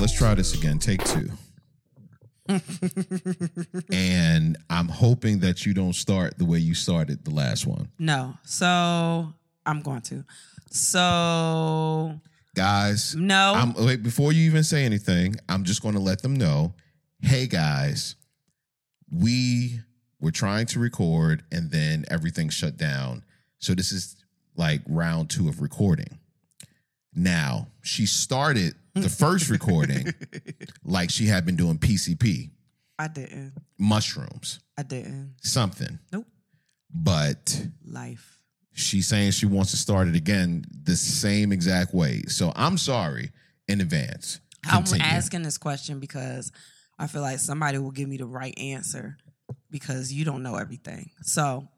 let's try this again. Take two. and I'm hoping that you don't start the way you started the last one. No. So I'm going to. So Guys, no. I'm wait, before you even say anything, I'm just going to let them know, "Hey guys, we were trying to record and then everything shut down. So this is like round 2 of recording." Now, she started the first recording like she had been doing PCP, I didn't. mushrooms, I didn't. something. Nope. But Life. she's saying she wants to start it again the same exact way. So I'm sorry in advance. Continue. I'm asking this question because I feel like somebody will give me the right answer because you don't know everything. So,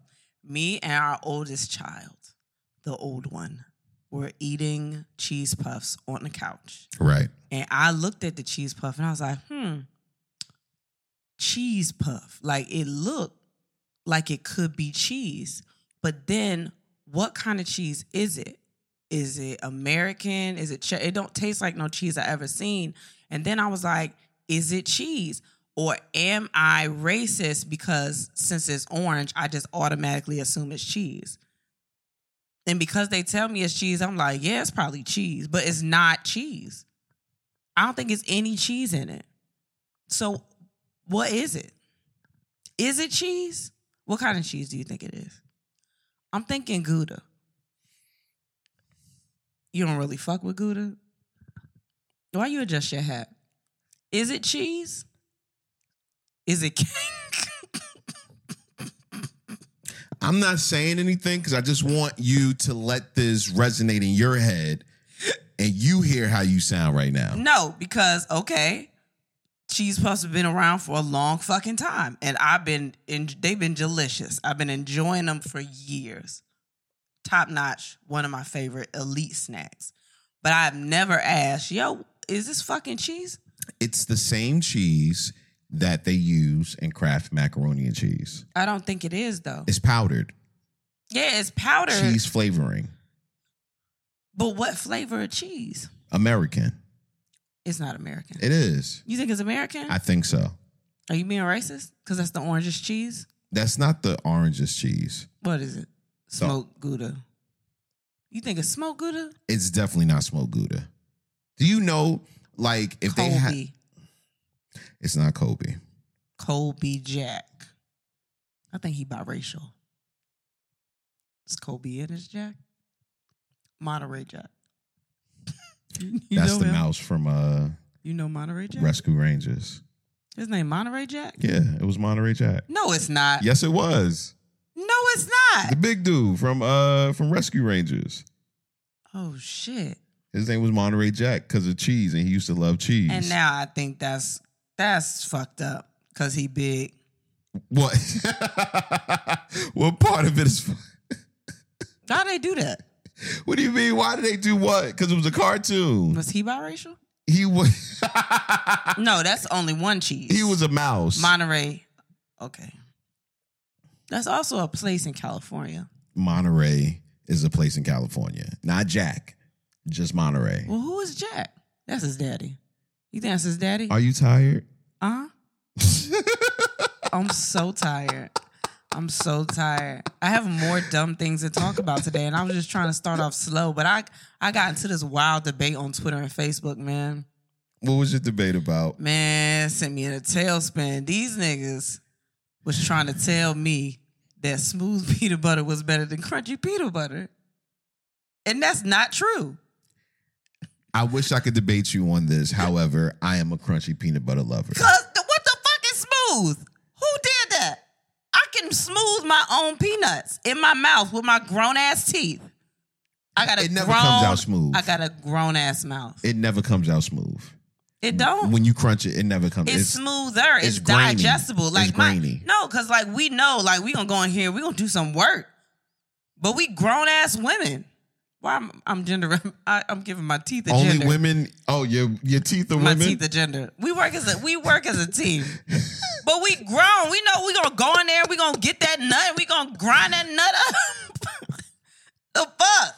me and our oldest child, the old one, were eating cheese puffs on the couch. Right. And I looked at the cheese puff and I was like, hmm, cheese puff. Like it looked like it could be cheese. But then what kind of cheese is it? Is it American? Is it che- it don't taste like no cheese I ever seen. And then I was like, is it cheese? Or am I racist because since it's orange, I just automatically assume it's cheese. And because they tell me it's cheese, I'm like, yeah, it's probably cheese, but it's not cheese. I don't think it's any cheese in it. So, what is it? Is it cheese? What kind of cheese do you think it is? I'm thinking Gouda. You don't really fuck with Gouda. Why you adjust your hat? Is it cheese? Is it cake? I'm not saying anything because I just want you to let this resonate in your head and you hear how you sound right now. no, because okay, cheese puffs have been around for a long fucking time, and I've been in, they've been delicious. I've been enjoying them for years. Top notch, one of my favorite elite snacks. But I've never asked, yo, is this fucking cheese? It's the same cheese that they use in Kraft macaroni and cheese. I don't think it is though. It's powdered Yeah, it's powder, cheese flavoring, but what flavor of cheese? American. It's not American. It is. you think it's American? I think so. Are you being racist? Because that's the orangest cheese. That's not the oranges cheese. What is it? Smoked Gouda. You think it's smoked Gouda? It's definitely not smoked Gouda. Do you know, like, if Kobe. they had, it's not Kobe. Kobe Jack. I think he biracial. Is Kobe in his Jack? Monterey Jack. you That's know the him? mouse from uh, You know Monterey Jack? Rescue Rangers. his name Monterey Jack? Yeah, it was Monterey Jack. No, it's not. Yes, it was No, it's the not. big dude from uh from Rescue Rangers. Oh shit. His name was Monterey Jack because of cheese, and he used to love cheese. And now I think that's that's fucked up. Cause he big. what? what part of it is? Why they do that? What do you mean? Why did they do what? Because it was a cartoon. Was he biracial? He was No, that's only one cheese. he was a mouse. Monterey. Okay. That's also a place in California. Monterey is a place in California, not Jack, just Monterey. Well, who is Jack? That's his daddy. You think that's his daddy? Are you tired? Uh I'm so tired. I'm so tired. I have more dumb things to talk about today, and I was just trying to start off slow, but I I got into this wild debate on Twitter and Facebook, man. what was your debate about? Man, sent me in a tailspin. These niggas was trying to tell me that smooth peanut butter was better than crunchy peanut butter. And that's not true. I wish I could debate you on this. However, I am a crunchy peanut butter lover. Cause the, what the fuck is smooth? Who did that? I can smooth my own peanuts in my mouth with my grown ass teeth. I got a It never grown, comes out smooth. I got a grown ass mouth. It, It never comes out smooth. don't. When you crunch it, it never comes. it's, smoother. It's, it's grainy. digestible. Like It's my grainy. no, cause like we know, like we gonna go in here, we gonna do some work, but we grown ass women. Why I'm, I'm gender? I, I'm giving my teeth a only gender. women. Oh, your your teeth are my women. teeth are gender. We work as a we work as a team. but we grown. We know we gonna go in there, we gonna get that nut, we gonna grind that nut up. the fuck?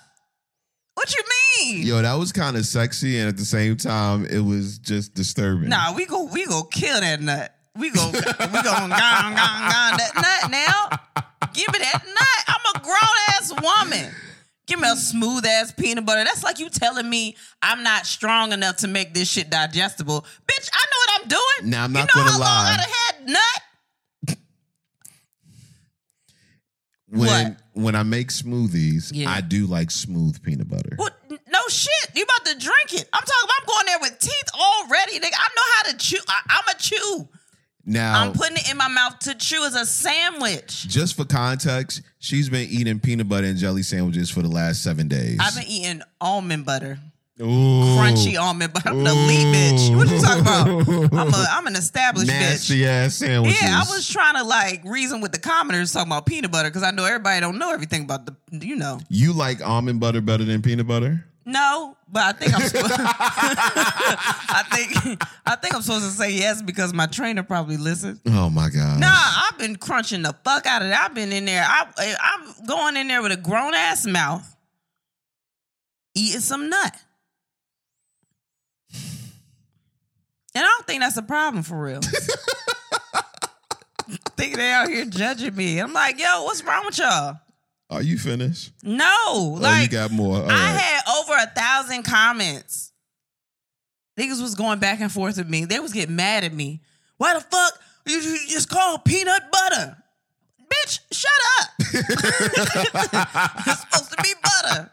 What you mean? Yo, that was kind of sexy, and at the same time, it was just disturbing. Nah, we go we go kill that nut. We go we gonna gong gong gong that nut now. Give me that nut. I'm a grown ass woman. Give me a smooth ass peanut butter. That's like you telling me I'm not strong enough to make this shit digestible. Bitch, I know what I'm doing. Now, I'm you not know gonna how lie. long I done had nut? when What? when I make smoothies, Yeah. I do like smooth peanut butter. Well, n- no shit. You about to drink it. I'm talking about I'm going there with teeth already. Nigga, I know how to chew. I, I'm a chew. Now, I'm putting it in my mouth to chew as a sandwich. just for context, she's been eating peanut butter and jelly sandwiches for the last seven days. I've been eating almond butter. Ooh. crunchy almond butter. I'm the lead bitch. What you talking about? I'm a I'm an established bitch. nasty ass sandwiches. Yeah, I was trying to like reason with the commoners talking about peanut butter because I know everybody don't know everything about the you know. You like almond butter better than peanut butter? No, but I think I'm. Sp- I think I think I'm supposed to say yes because my trainer probably listened. Oh my god! Nah, I've been crunching the fuck out of it. I've been in there. I eh, I'm going in there with a grown ass mouth, eating some nut. And I don't think that's a problem for real. I think they out here judging me. I'm like, yo, what's wrong with y'all? Are you finished? No, oh, you like got more. All I right. had over a thousand comments. Niggas was going back and forth with me. They was getting mad at me. Why the fuck you, you just call peanut butter? Bitch, shut up. it's supposed to be butter.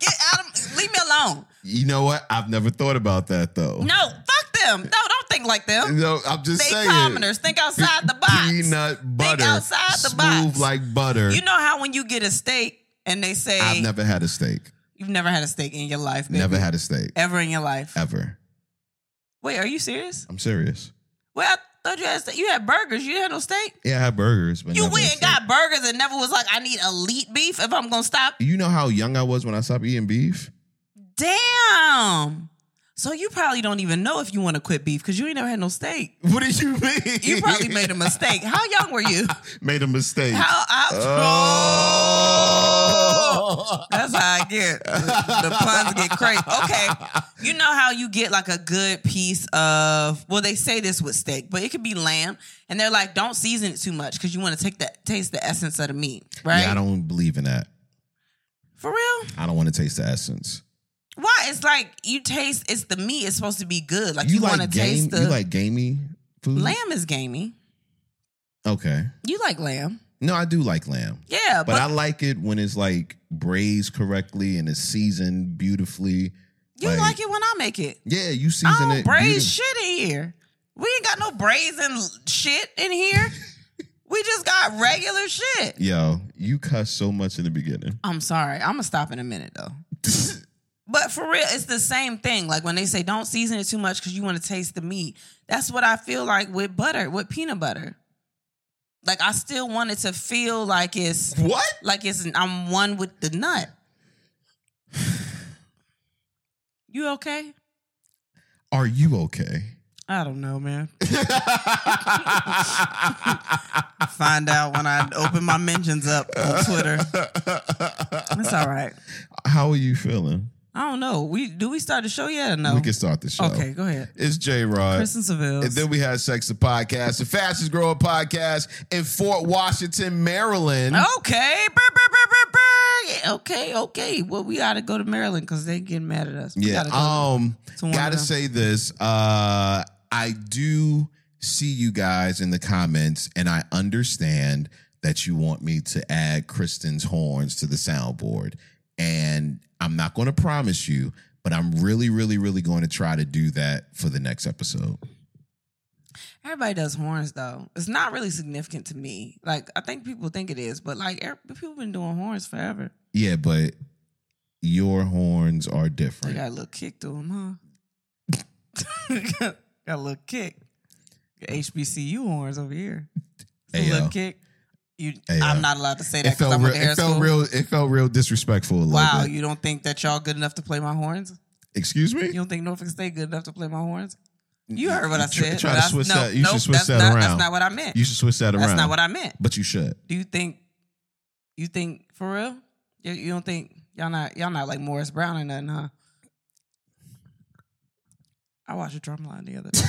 Get out of leave me alone. you know what? I've never thought about that though. No, fuck them. No, don't think like them. No, I'm just They saying. commoners. Think outside the box. Peanut butter, outside the smooth box. like butter. You know how when you get a steak and they say I've never had a steak. you've never had a steak in your life, baby. Never had a steak ever in your life. ever. Wait, are you serious? I'm serious. Well, I thought you had ste- you had burgers. You didn't have no steak. Yeah, I had burgers, but You never a went and steak. got burgers and never was like, I need elite beef if I'm gonna stop. You know how young I was when I stopped eating beef? Damn. So you probably don't even know if you want to quit beef because you ain't never had no steak. What did you mean? You probably made a mistake. How young were you? made a mistake. How I Oh. That's how I get the puns get crazy. Okay, you know how you get like a good piece of well, they say this with steak, but it could be lamb, and they're like, don't season it too much because you want to take that taste the essence of the meat, right? Yeah, I don't believe in that. For real? I don't want to taste the essence. Why? It's like you taste. It's the meat. It's supposed to be good. Like you you, like want to game? taste the you like gamey food? lamb is gamey. Okay. You like lamb? No, I do like lamb, Yeah, but, but, I like it when it's like braised correctly and it's seasoned beautifully. you like- like, it when I make it. Yeah, you I season don't it. braise beauti- shit in here. We ain't got no braising shit in here. we just got regular shit. Yo, you cuss so much in the beginning. I'm sorry. I'm gonna stop in a minute though. But for real, it's the same thing. Like when they say don't season it too much because you want to taste the meat. That's what I feel like with butter, with peanut butter. Like I still want it to feel like it's what? like it's I'm one with the nut. You okay? Are you okay? I don't know, man. Find out when I open my mentions up on Twitter. It's all right. How are you feeling? I don't know. We do we start the show yet or no? We can start the show. Oh, okay, go ahead. It's J Rod. Kristen Seville. And then we had Sex the Podcast, the fastest growing podcast in Fort Washington, Maryland. Oh, Okay. Brr, brr, brr, brr, brr. Yeah, Okay, okay. Well, we gotta go to Maryland because they getting mad at us. We Yeah. gotta go. Um, to one of gotta them. say this. Uh, I do see you guys in the comments, and I understand that you want me to add Kristen's horns to the soundboard. And I'm not going to promise you, but I'm really, really, really going to try to do that for the next episode. Everybody does horns though. It's not really significant to me. Like I think people think it is, but like er- people been doing horns forever. Yeah, but your horns are They different. got a little kick to them, huh? got a little kick. Got HBCU horns over here. It's Hey, a little yo. kick. You, Hey, yo. I'm not allowed to say It that because I felt, real, went to hair it felt school. real. It felt real disrespectful. A little wow, bit. you don't think that y'all good enough to play my horns? Excuse me. You don't think Norfolk State good enough to play my horns? You heard what I Try- said. try but to I- switch no, that- you should nope, switch that's that not, around. That's not what I meant. You should switch that around. that's not what I meant. But you should. Do you think? You think for real? You, you don't think y'all not y'all not like Morris Brown or nothing, huh? I watched Drumline the other day.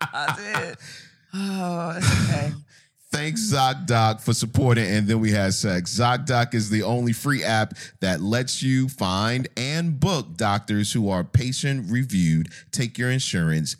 I did. Oh, it's okay. Thanks, ZocDoc, for supporting. And then we had sex. ZocDoc is the only free app that lets you find and book doctors who are patient reviewed, take your insurance,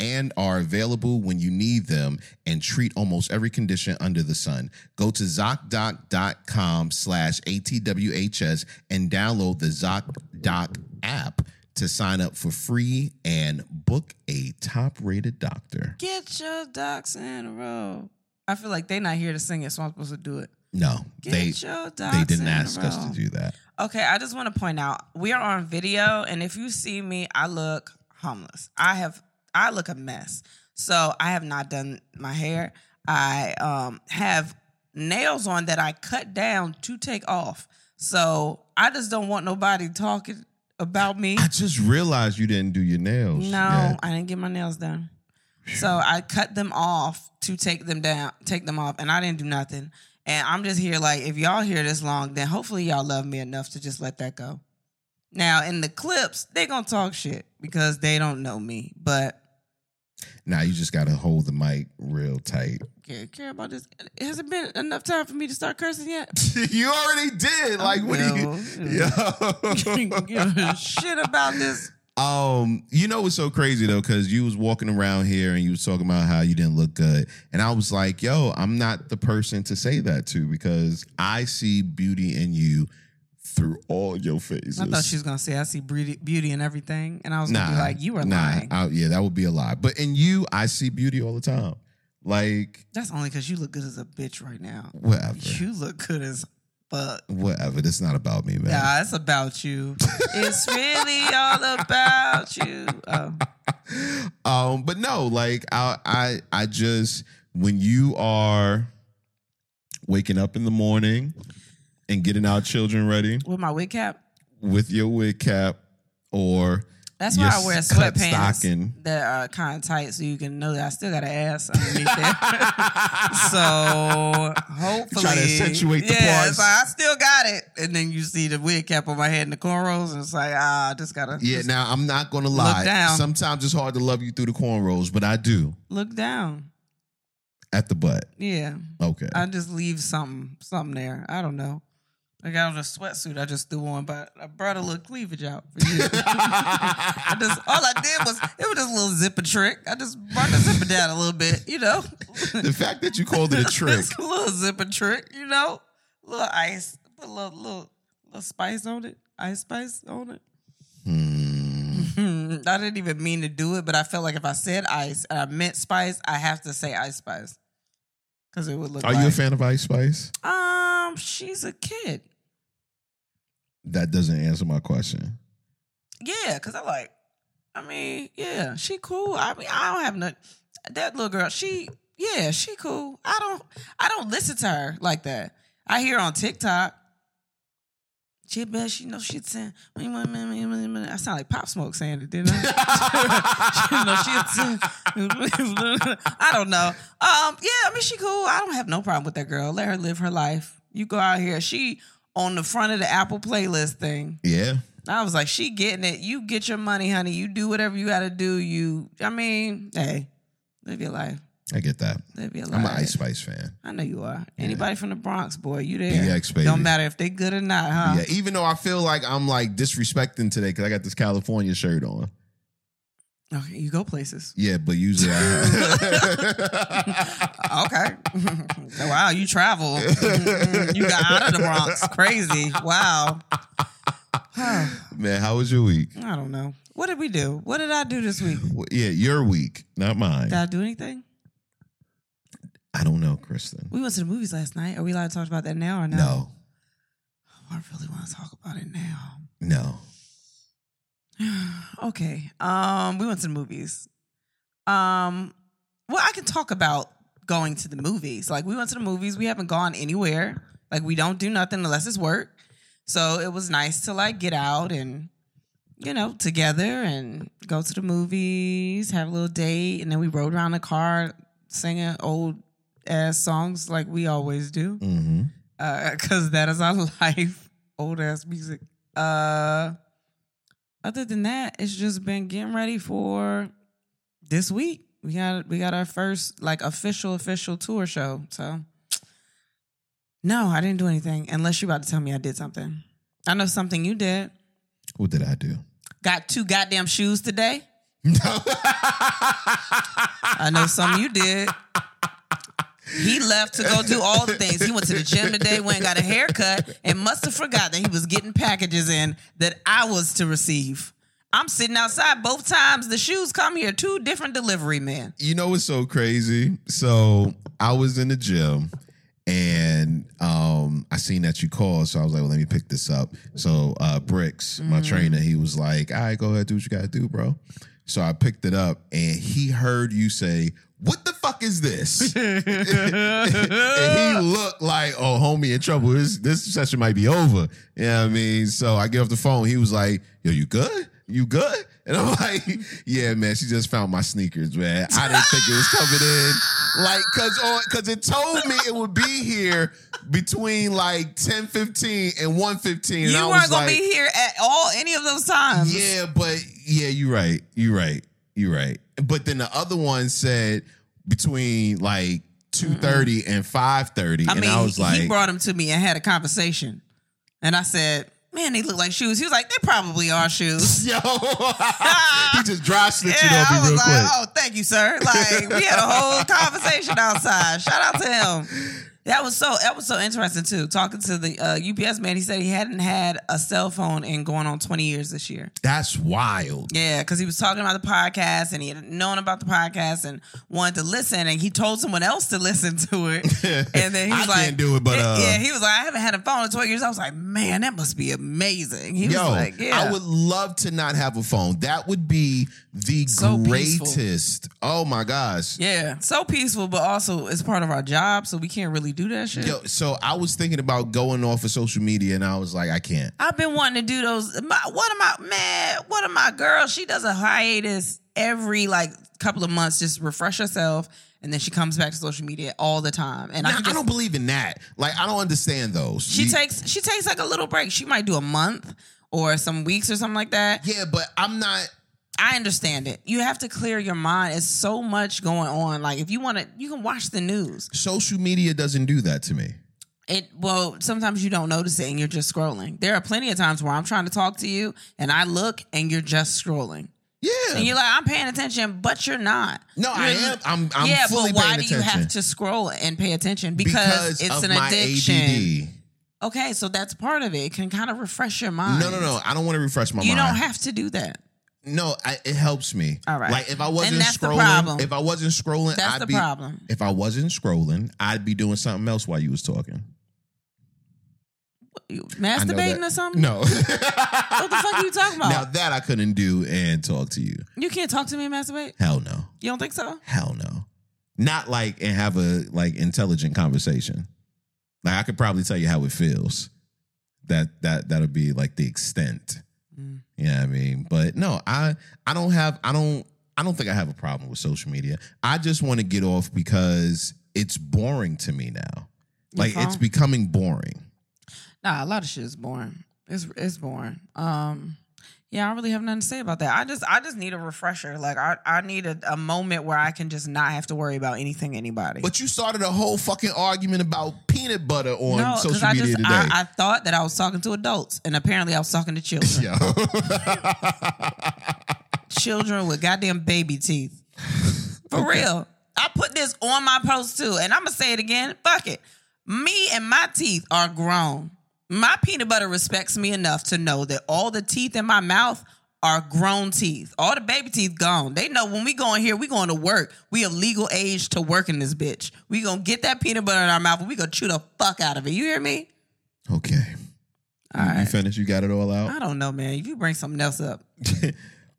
and are available when you need them and treat almost every condition under the sun. Go to ZocDoc.com slash ATWHS and download the ZocDoc app to sign up for free and book a top rated doctor. Get your ducks in a row. I feel like they're not here to sing it, so I'm supposed to do it. No, Get they your ducks they didn't in a ask us row. to do that. Okay, I just want to point out we are on video, and if you see me, I look homeless. I have I look a mess. So I have not done my hair. I um have nails on that I cut down to take off. So I just don't want nobody talking about me. I just realized you didn't do your nails. No, yet. I didn't get my nails done. So I cut them off to take them down, take them off, and I didn't do nothing. And I'm just here like, if y'all here this long, then hopefully y'all love me enough to just let that go. Now in the clips, they gonna talk shit because they don't know me, but Now you just gotta hold the mic real tight. care, care about this. Has it been enough time for me to start cursing yet? you already did. Like what do you Give a shit about this. Um, you know what's so crazy though, because you was walking around here and you was talking about how you didn't look good, and I was like, "Yo, I'm not the person to say that to because I see beauty in you through all your phases." I thought she was gonna say I see beauty, beauty and everything, and I was gonna nah, be like, you are nah, lying. I- yeah, that would be a lie. But in you, I see beauty all the time. Like That's only because you look good as a bitch right now. whatever, You look good as fuck. whatever. That's not about me, man. Nah, it's about you. it's really all about you. Oh, um, but no, like I, I, I just when you are waking up in the morning and getting our children ready with my wig cap. with your wig cap or That's why Your I wear cut sweatpants stocking. that are kind of tight, so you can know that I still got an ass underneath there. so hopefully, accentuate the yeah, parts. it's like I still got it, and then you see the wig cap on my head and the cornrows, and it's like ah, I just gotta yeah. just Now I'm not gonna lie. down. Sometimes it's hard to love you through the cornrows, but I do look down. at the butt. Yeah, Okay. I just leave something something there. I don't know. I got on a sweatsuit I just threw on, but I brought a little cleavage out for you. I just all I did was it was just a little zipper trick. I just brought the zipper down a little bit, you know. the fact that you called it a trick. Just a little zipper trick, you know. little ice, put a little little little spice on it, ice spice on it. Hmm. Hmm, I didn't even mean to do it, but I felt like if I said ice and I meant spice, I have to say ice spice because it would look. Are you a like- fan of Ice Spice? Um, she's a kid. That doesn't answer my question. Yeah, because I like, I mean, yeah, she cool. I mean, I don't have nothing. That little girl, she, yeah, she cool. I don't, I don't listen to her like that. I hear her on TikTok. She bet she know she'd saying, I sound like Pop Smoke saying it, didn't I? you know, she I don't know. Um, yeah, I mean, she cool. I don't have no problem with that girl. Let her live her life. You go out here. She on the front of the Apple playlist thing. Yeah. I was like, she getting it. You get your money, honey. You do whatever you gotta do. You, I mean, hey, live your life. I get that. Live your life. I'm an Ice Spice fan. I know you are. Anybody from the Bronx, boy, you there? BX, baby. Don't matter if they good or not, huh? Yeah, even though I feel like I'm like disrespecting today because I got this California shirt on. Okay, you go places. Yeah, but usually I Okay. wow, you travel. you got out of the Bronx. Crazy. Wow. Huh. Man, how was your week? I don't know. What did we do? What did I do this week? Well, Yeah, your week, not mine. Did I do anything? I don't know, Kristen. We went to the movies last night. Are we allowed to talk about that now or no? Oh, No, I really want to talk about it now. no. okay. Um, we went to the movies. Um, well, I can talk about going to the movies. Like we went to the movies. We haven't gone anywhere. Like we don't do nothing unless it's work. So it was nice to like get out and you know together and go to the movies, have a little date, and then we rode around the car singing old ass songs like we always do Mm-hmm. because that is our life. Old ass music. Uh, other than that, it's just been getting ready for this week. We got we got our first like official official tour show. So no, I didn't do anything unless you about to tell me I did something. I know something you did. What did I do? Got two goddamn shoes today. I know something you did. He left to go do all the things. He went to the gym today, went and got a haircut, and must have forgot that he was getting packages in that I was to receive. I'm sitting outside both times. The shoes come here, two different delivery men. You know what's so crazy? So I was in the gym and um, I seen that you called, so I was like, "Well, let me pick this up." So uh, Bricks, my trainer, he was like, "All right, go ahead, do what you gotta do, bro." So I picked it up, and he heard you say, "What the fuck is this?" and he looked like, "Oh, homie, in trouble. This this session might be over." You know what I mean? So I get off the phone. He was like, "Yo, you good?" You good? And I'm like, yeah, man. She just found my sneakers, man. I didn't think it was coming in, like, cause on, cause it told me it would be here between like 10:15 and 1:15, and I You was weren't gonna like, be here at all any of those times. yeah, but yeah, you're right. You're right. You're right. But then the other one said between like 2:30 and 5:30, I and mean, I was he, like, he brought them to me and had a conversation, and I said, "Man, they look like shoes." He was like, "They probably are shoes." yo, he just dry snitching Yeah, on I me was real like, quick. "Oh, thank you, sir." Like we had a whole conversation outside. Shout out to him. That was so. That was so interesting too. Talking to the uh, UPS man, he said he hadn't had a cell phone in going on twenty years this year. That's wild. Yeah, because he was talking about the podcast and he had known about the podcast and wanted to listen, and he told someone else to listen to it. And then he I was like, can't do it, but, Yeah, uh, yeah, he was like, I haven't had a phone in 12 years. I was like, man, that must be amazing. He Yo, was like, yeah. I would love to not have a phone. That would be the So peaceful. greatest. Oh my gosh. yeah, so peaceful, but also it's part of our job, so we can't really do that shit. Yo, so I was thinking about going off of social media and I was like, I can't. I've been wanting to do those. My, one of my man, one of my girls, she does a hiatus every like couple of months, just refresh herself, and then she comes back to social media all the time. And I, Nah, could I just, don't believe in that. Like, I don't understand those. She You- takes she takes like a little break. She might do a month or some weeks or something like that. Yeah, but I'm not. I understand it. You have to clear your mind. It's so much going on. Like if you want to, you can watch the news. Social media doesn't do that to me. It well, sometimes you don't notice it and you're just scrolling. There are plenty of times where I'm trying to talk to you and I look and you're just scrolling. Yeah. And you're like, I'm paying attention, but you're not. no, I You're- am. I'm. I'm yeah, fully but why paying do attention. you have to scroll and pay attention? Because, it's of an my addiction. ADD. Okay, so that's part of it. It can kind of refresh your mind. No, no, no. I don't want to refresh my You mind. don't have to do that. No, I, it helps me. All right. Like if I wasn't And that's the scrolling, problem. if I wasn't scrolling, That's I'd the be. problem. If I wasn't scrolling, I'd be doing something else while you was talking. You I know masturbating that- or something? No. What the fuck are you talking about? Now that I couldn't do and talk to you. You can't talk to me and masturbate? Hell no. You don't think so? Hell no. Not like and have a like intelligent conversation. Like I could probably tell you how it feels. That that that'll be like the extent. Mm. You know what I mean? But no, I I don't have I don't I don't think I have a problem with social media. I just want to get off because it's boring to me now. Your Like it's phone? becoming boring. Nah, a lot of shit is boring. It's it's boring. Um yeah, I don't really have nothing to say about that. I just I just need a refresher. Like I, I need a, a moment where I can just not have to worry about anything anybody. But you started a whole fucking argument about peanut butter on no, social I media just today. I, I thought that I was talking to adults and apparently I was talking to children. Yo. children with goddamn baby teeth. For real. I put this on my post too, and I'm gonna say it again. Fuck it. Me and my teeth are grown. My peanut butter respects me enough to know that all the teeth in my mouth are grown teeth. All the baby teeth gone. They know when we go in here, we going to work. We of legal age to work in this bitch. We gonna get that peanut butter in our mouth and we gonna chew the fuck out of it. You hear me? okay. All You right. finished? You got it all out? I don't know, man. If you bring something else up.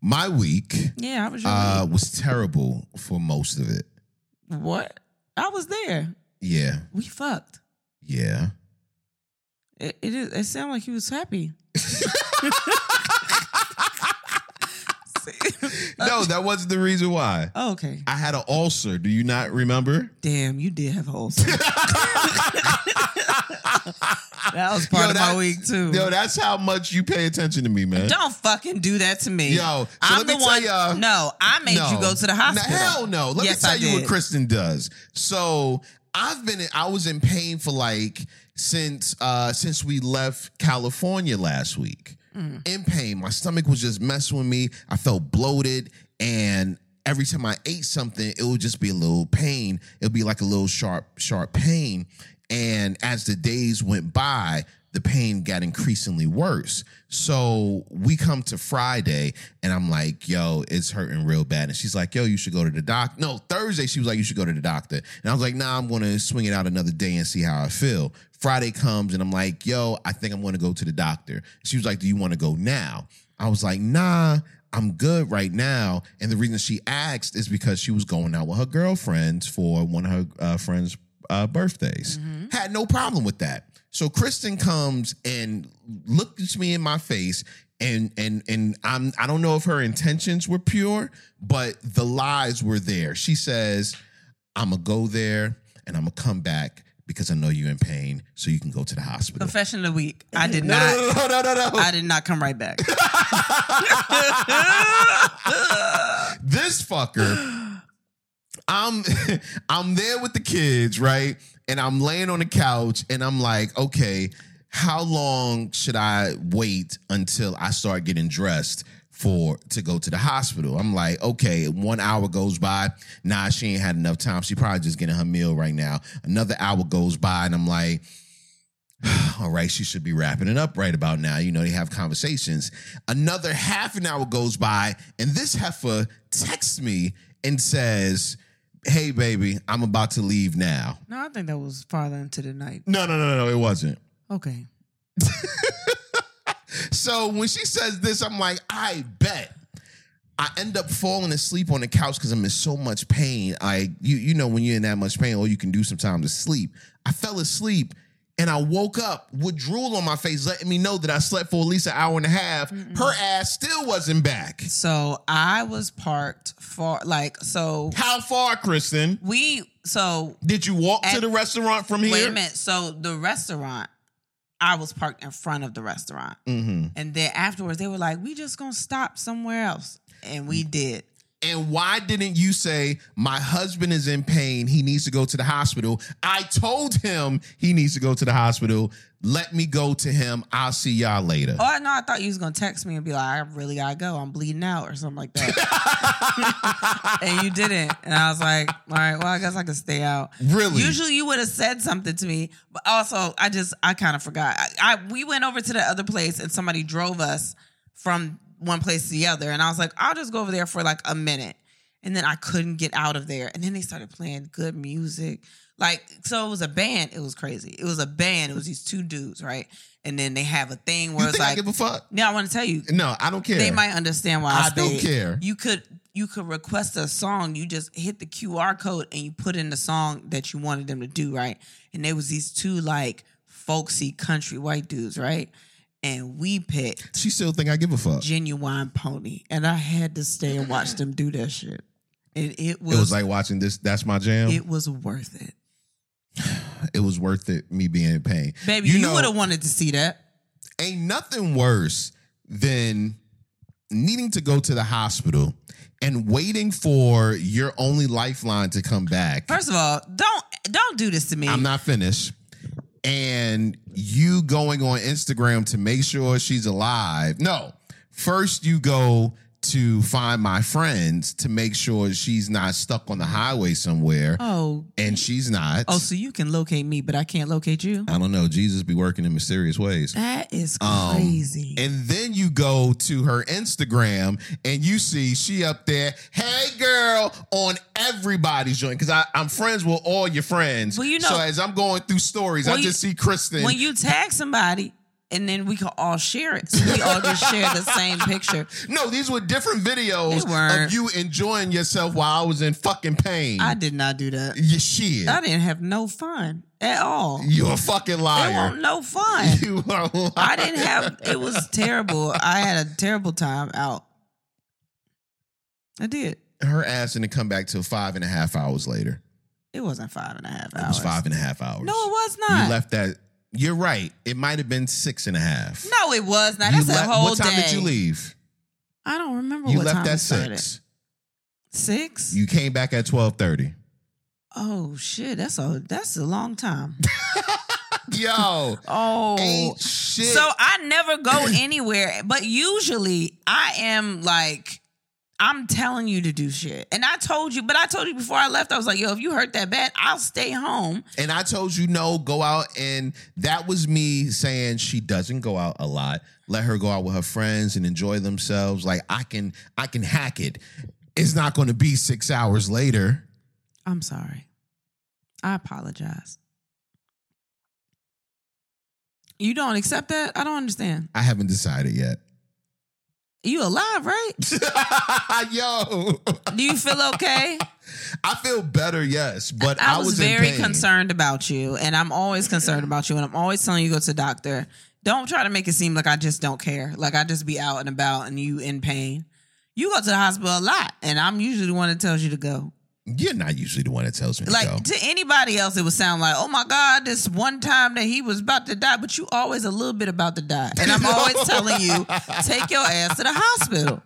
My week Yeah, I was your uh, was terrible for most of it. what? I was there. Yeah. We fucked. Yeah. It it, is, it sounded like he was happy. No, that wasn't the reason why. oh, okay. I had an ulcer. Do you not remember? Damn, you did have a ulcer. That was part Yo, of that- my week too. Yo, that's how much you pay attention to me, man. Don't fucking do that to me. Yo, so I'm let the me tell one. y'all- no, I made No. you go to the No, hospital. hell no. Let Yes, me I tell you what did. Kristen does. So I've been in, I was in pain for like since uh since we left California last week. Mm. In pain. My stomach was just messing with me. I felt bloated and every time I ate something, it would just be a little pain. It'd be like a little sharp, sharp pain. And as the days went by, the pain got increasingly worse. So we come to Friday and I'm like, yo, it's hurting real bad. And she's like, yo, you should go to the doctor. No, Thursday, she was like, you should go to the doctor. And I was like, nah, I'm going to swing it out another day and see how I feel. Friday comes and I'm like, yo, I think I'm going to go to the doctor. She was like, do you want to go now? I was like, nah, I'm good right now. And the reason she asked is because she was going out with her girlfriends for one of her uh, friends' uh, birthdays. Had no problem with that. So Kristen comes and looks me in my face, and and and I'm I don't know if her intentions were pure, but the lies were there. She says, "I'm gonna go there and I'm gonna come back because I know you're in pain, so you can go to the hospital." Confession of the week. I did No, not. no, no, no, no, no, no. I did not come right back. this fucker i'm i'm there with the kids right and i'm laying on the couch and i'm like okay how long should i wait until i start getting dressed for to go to the hospital i'm like okay one hour goes by nah she ain't had enough time she probably just getting her meal right now another hour goes by and i'm like all right, she should be wrapping it up right about now. You know, they have conversations. Another half an hour goes by, and this heifer texts me and says, Hey, baby, I'm about to leave now. no, I think that was farther into the night. No, no, no, no, no, it wasn't. Okay. So when she says this, I'm like, I bet. I end up falling asleep on the couch because I'm in so much pain. I you you know when you're in that much pain, all you can do sometimes is sleep. I fell asleep and I woke up with drool on my face, letting me know that I slept for at least an hour and a half. Her ass still wasn't back. So I was parked far, like, so How far, Kristen? we, so Did you walk to At- the restaurant from here? wait a minute. So the restaurant, I was parked in front of the restaurant. Mm-hmm. And then afterwards, they were like, we just gonna stop somewhere else. And we Mm. did. And why didn't you say, My husband is in pain. He needs to go to the hospital? I told him he needs to go to the hospital. Let me go to him. I'll see y'all later. Oh, I know. I thought you was gonna text me and be like, "I really gotta go. I'm bleeding out" or something like that. and you didn't, and I was like, "All right, well, I guess I can stay out." Really? Usually, you would have said something to me, but also, I just I kind of forgot. I, I we went over to the other place, and somebody drove us from one place to the other, and I was like, "I'll just go over there for like a minute," and then I couldn't get out of there, and then they started playing good music. Like, so it was a band. It was crazy. It was a band. It was these two dudes, right? And then they have a thing where you it's think I like, give a fuck? now I want to tell you, No, I don't care. they might understand why I, I don't stayed. care. You could you could request a song. You just hit the QR code and you put in the song that you wanted them to do, right? And there was these two like folksy country white dudes, right? And we picked she still think I give a fuck. genuine pony, and I had to stay and watch them do that shit, and it was it was like um, watching this. That's my jam. It, it was worth it, was worth it. Me being in pain, baby. You, know, would have wanted to see that. ain't nothing worse than needing to go to the hospital and waiting for your only lifeline to come back. First of all, don't don't do this to me. I'm not finished. And you going on Instagram to make sure she's alive. No. First you go to find my friends to make sure she's not stuck on the highway somewhere. oh, And she's not. oh, so you can locate me, but I can't locate you. I don't know. Jesus be working in mysterious ways. That is Um, crazy. And then you go to her Instagram and you see she up there, hey girl, on everybody's joint. Cause I, I'm friends with all your friends. Well, you know- so as I'm going through stories, I Well, you- just see Kristen. when you tag somebody, and then we can all share it. So we all just share the same picture. no, these were different videos They weren't. of you enjoying yourself while I was in fucking pain. I did not do that. you shit. I didn't have no fun at all. It You're a fucking liar. wasn't no fun. You are a liar. I didn't have. It was terrible. I had a terrible time out. I did. her ass didn't come back till five and a half hours later. It wasn't five and a half It hours. was five and a half hours. No, it was You not. left that You're right. It might have been six and a half. No, it was not. You That's left- a whole What time day. did you leave? I don't remember You what left time at it started. six. Six? You came back at twelve thirty. oh shit, that's a that's a long time. Yo, Oh, ain't shit. So I never go anywhere, but usually I am like, I'm telling you to do shit. And I told you, but I told you before I left, I was like, yo, if you hurt that bad, I'll stay home. And I told you no, go out. And that was me saying she doesn't go out a lot. Let her go out with her friends and enjoy themselves. Like I can, I can hack it. It's not going to be six hours later. I'm sorry. I apologize. You don't accept that? I don't understand. I haven't decided yet. You alive, right? Yo, Do you feel okay? I feel better, yes, but I, I, was, in very pain. concerned about you, and I'm always concerned about you, and I'm always telling you go to the doctor. Don't try to make it seem like I just don't care, like I just be out and about and you in pain. You go to the hospital a lot, and I'm usually the one that tells you to go. You're not usually the one that tells me Like to go. to anybody else, it would sound like, "Oh my God, this one time that he was about to die," but you always a little bit about to die, and I'm always telling you, take your ass to the hospital.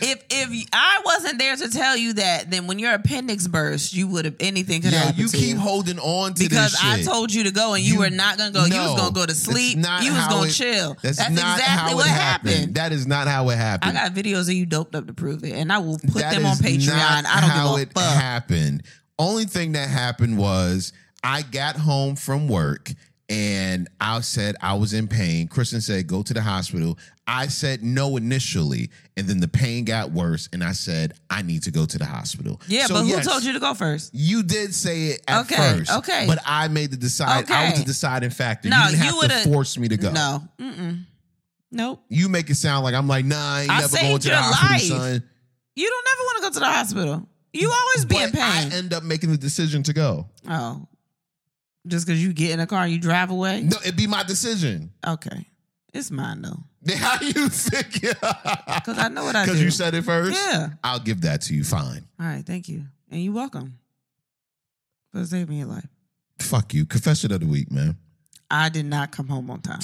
If if I wasn't there to tell you that, then when your appendix burst, you would have anything could yeah, happen. you to keep you holding on to because this I shit. told you to go and you, You- were not gonna go. you No, was gonna go to that's sleep. not You was how gonna it- chill. That's, That's, not exactly how what it happened. happened. That is not how it happened. I got videos of you doped up to prove it, and I will put That them on is Patreon. not I don't how give a it fuck. happened. Only thing that happened was I got home from work and I said I was in pain. Kristen said go to the hospital. I said no initially, and then the pain got worse, and I said I need to go to the hospital. yeah, So, but who yes, told you to go first? You did say it at Okay, first, okay. But I made the decide. I was Okay. the deciding factor. No, you didn't you have would've- to force me to go. No, Mm-mm. nope. You make it sound like I'm like, nah, I ain't I never saved going to the your hospital, life. son. You don't never want to go to the hospital. You always be in But I pain. end up making the decision to go. oh, just because you get in a car and you drive away? No, it'd be my decision. Okay, it's mine though, How you think? because I know what I do. Because you said it first. yeah. I'll give that to you. Fine. All right, thank you, and you're welcome for saving your life. Fuck you. Confession of the week, man. I did not come home on time.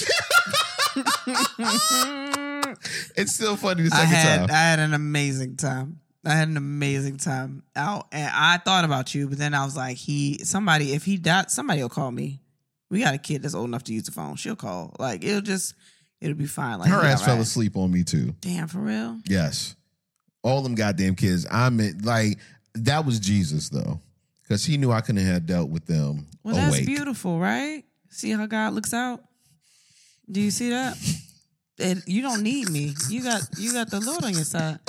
It's still funny the I second had time. I had an amazing time. I had an amazing time out, and I thought about you, but then I was like, he somebody if he died, somebody will call me. We got a kid that's old enough to use the phone. She'll call. Like it'll just it'll be fine. Like Her he ass all fell right. asleep on me too. Damn, for real. Yes. All them goddamn kids. I mean, like that was Jesus though, because he knew I couldn't have dealt with them Well, awake. that's beautiful, right? See how God looks out. Do you see that? And you don't need me. You got you got the Lord on your side.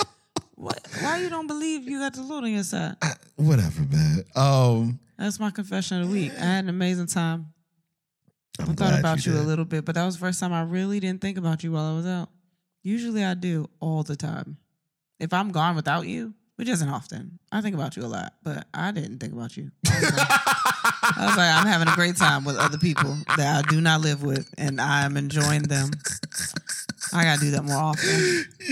What? Why you don't believe you got the Lord on your side? I- whatever, man. Um, That's my confession of the week. I had an amazing time. I'm I glad thought about you, did. a little bit, but that was the first time I really didn't think about you while I was out. Usually I do all the time. If I'm gone without you, which isn't often, I think about you a lot, but I didn't think about you. I was like, I was like, I'm having a great time with other people that I do not live with, and I'm enjoying them. I gotta do that more often.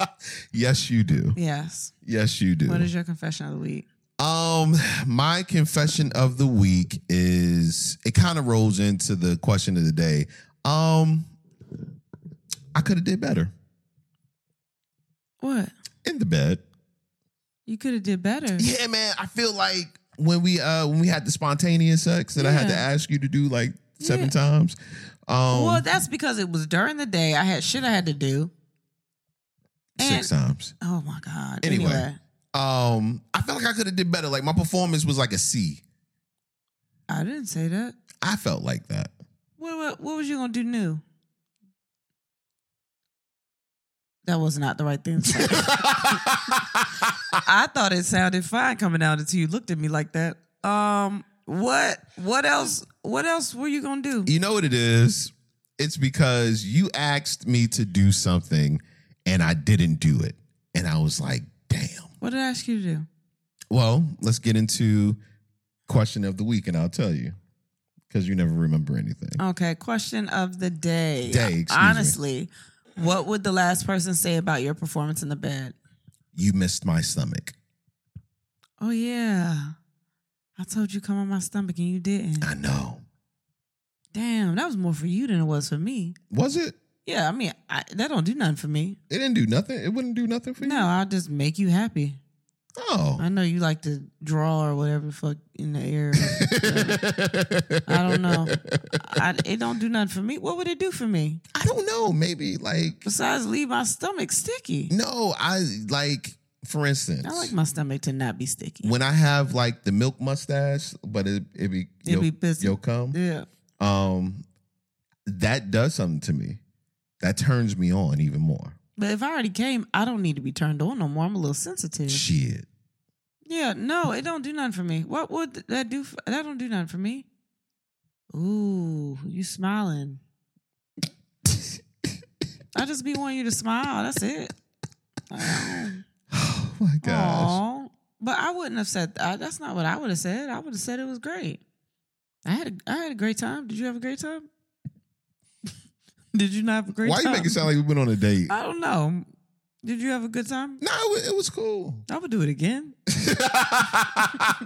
Yo. yes, you do. Yes. Yes, you do. What is your confession of the week? Um, my confession of the week is it kind of rolls into the question of the day. Um, I could have did better What? in the bed. You could have did better. Yeah, man. I feel like when we uh when we had the spontaneous sex that I had to Yeah. ask you to do like seven Yeah. times. Um, Well, that's because it was during the day. I had shit I had to do. And six times. Oh my God. Anyway. Anyway. Um, I felt like I could have did better. Like my performance was like a C. I didn't say that. I felt like that. What, what what was you gonna do new? That was not the right thing. to say. I thought it sounded fine coming out until you looked at me like that. Um, what what else? What else were you gonna do? You know what it is? It's because you asked me to do something and I didn't do it. And I was like, damn. What did I ask you to do? Well, let's get into question of the week and I'll tell you because you never remember anything. Okay, question of the day. Day, excuse me. Honestly, what would the last person say about your performance in the bed? You missed my stomach. Oh yeah, I told you come on my stomach and you didn't. I know. that was more for you than it was for me. Was it? Yeah, I mean, I, that don't do nothing for me. It didn't do nothing. It wouldn't do nothing for you. No, I'll just make you happy. I Oh. know you like to draw or whatever the fuck in the air. I don't know. I, it don't do nothing for me. What would it do for me I don't know. Maybe like besides leave my stomach sticky? no. I like for instance. I like my stomach to not be sticky. when I have like the milk mustache, but it it be It yo, be busy. yo come. yeah, Um, that does something to me. That turns me on even more. but if I already came, I don't need to be turned on no more. I'm a little sensitive. Shit. Yeah, no, it don't do nothing for me. What would that do? For, that don't do nothing for me. Ooh, you smiling. I just be wanting you to smile. That's it. Um, Oh my gosh. aw. but I wouldn't have said that. That's not what I would have said. I would have said it was great. I had a, I had a great time. Did you have a great time? Did you not have a great Why time? you make it sound like we went on a date? I don't know. Did you have a good time? no, it, it was cool. I would do it again. Oh.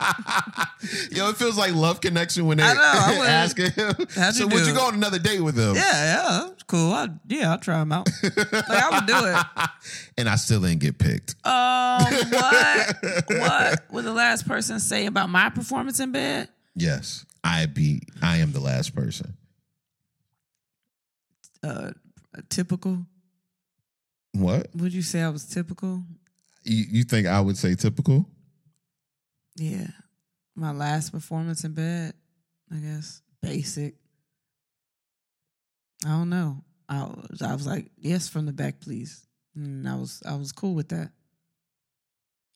Yo, it feels like love connection when they I know, I would. ask him. How'd so you would do you it? go on another date with him? Yeah, yeah, it's cool. I, yeah, I'll try them out. like I would do it. and I still didn't get picked. Um, what? what would the last person say about my performance in bed? Yes, I be. I am the last person. Uh, typical. What Would you say I was typical? you, you think I would say? Typical. Yeah, my last performance in bed. I guess basic. I don't know. I was, I was like, yes, from the back, please. And I was I was cool with that.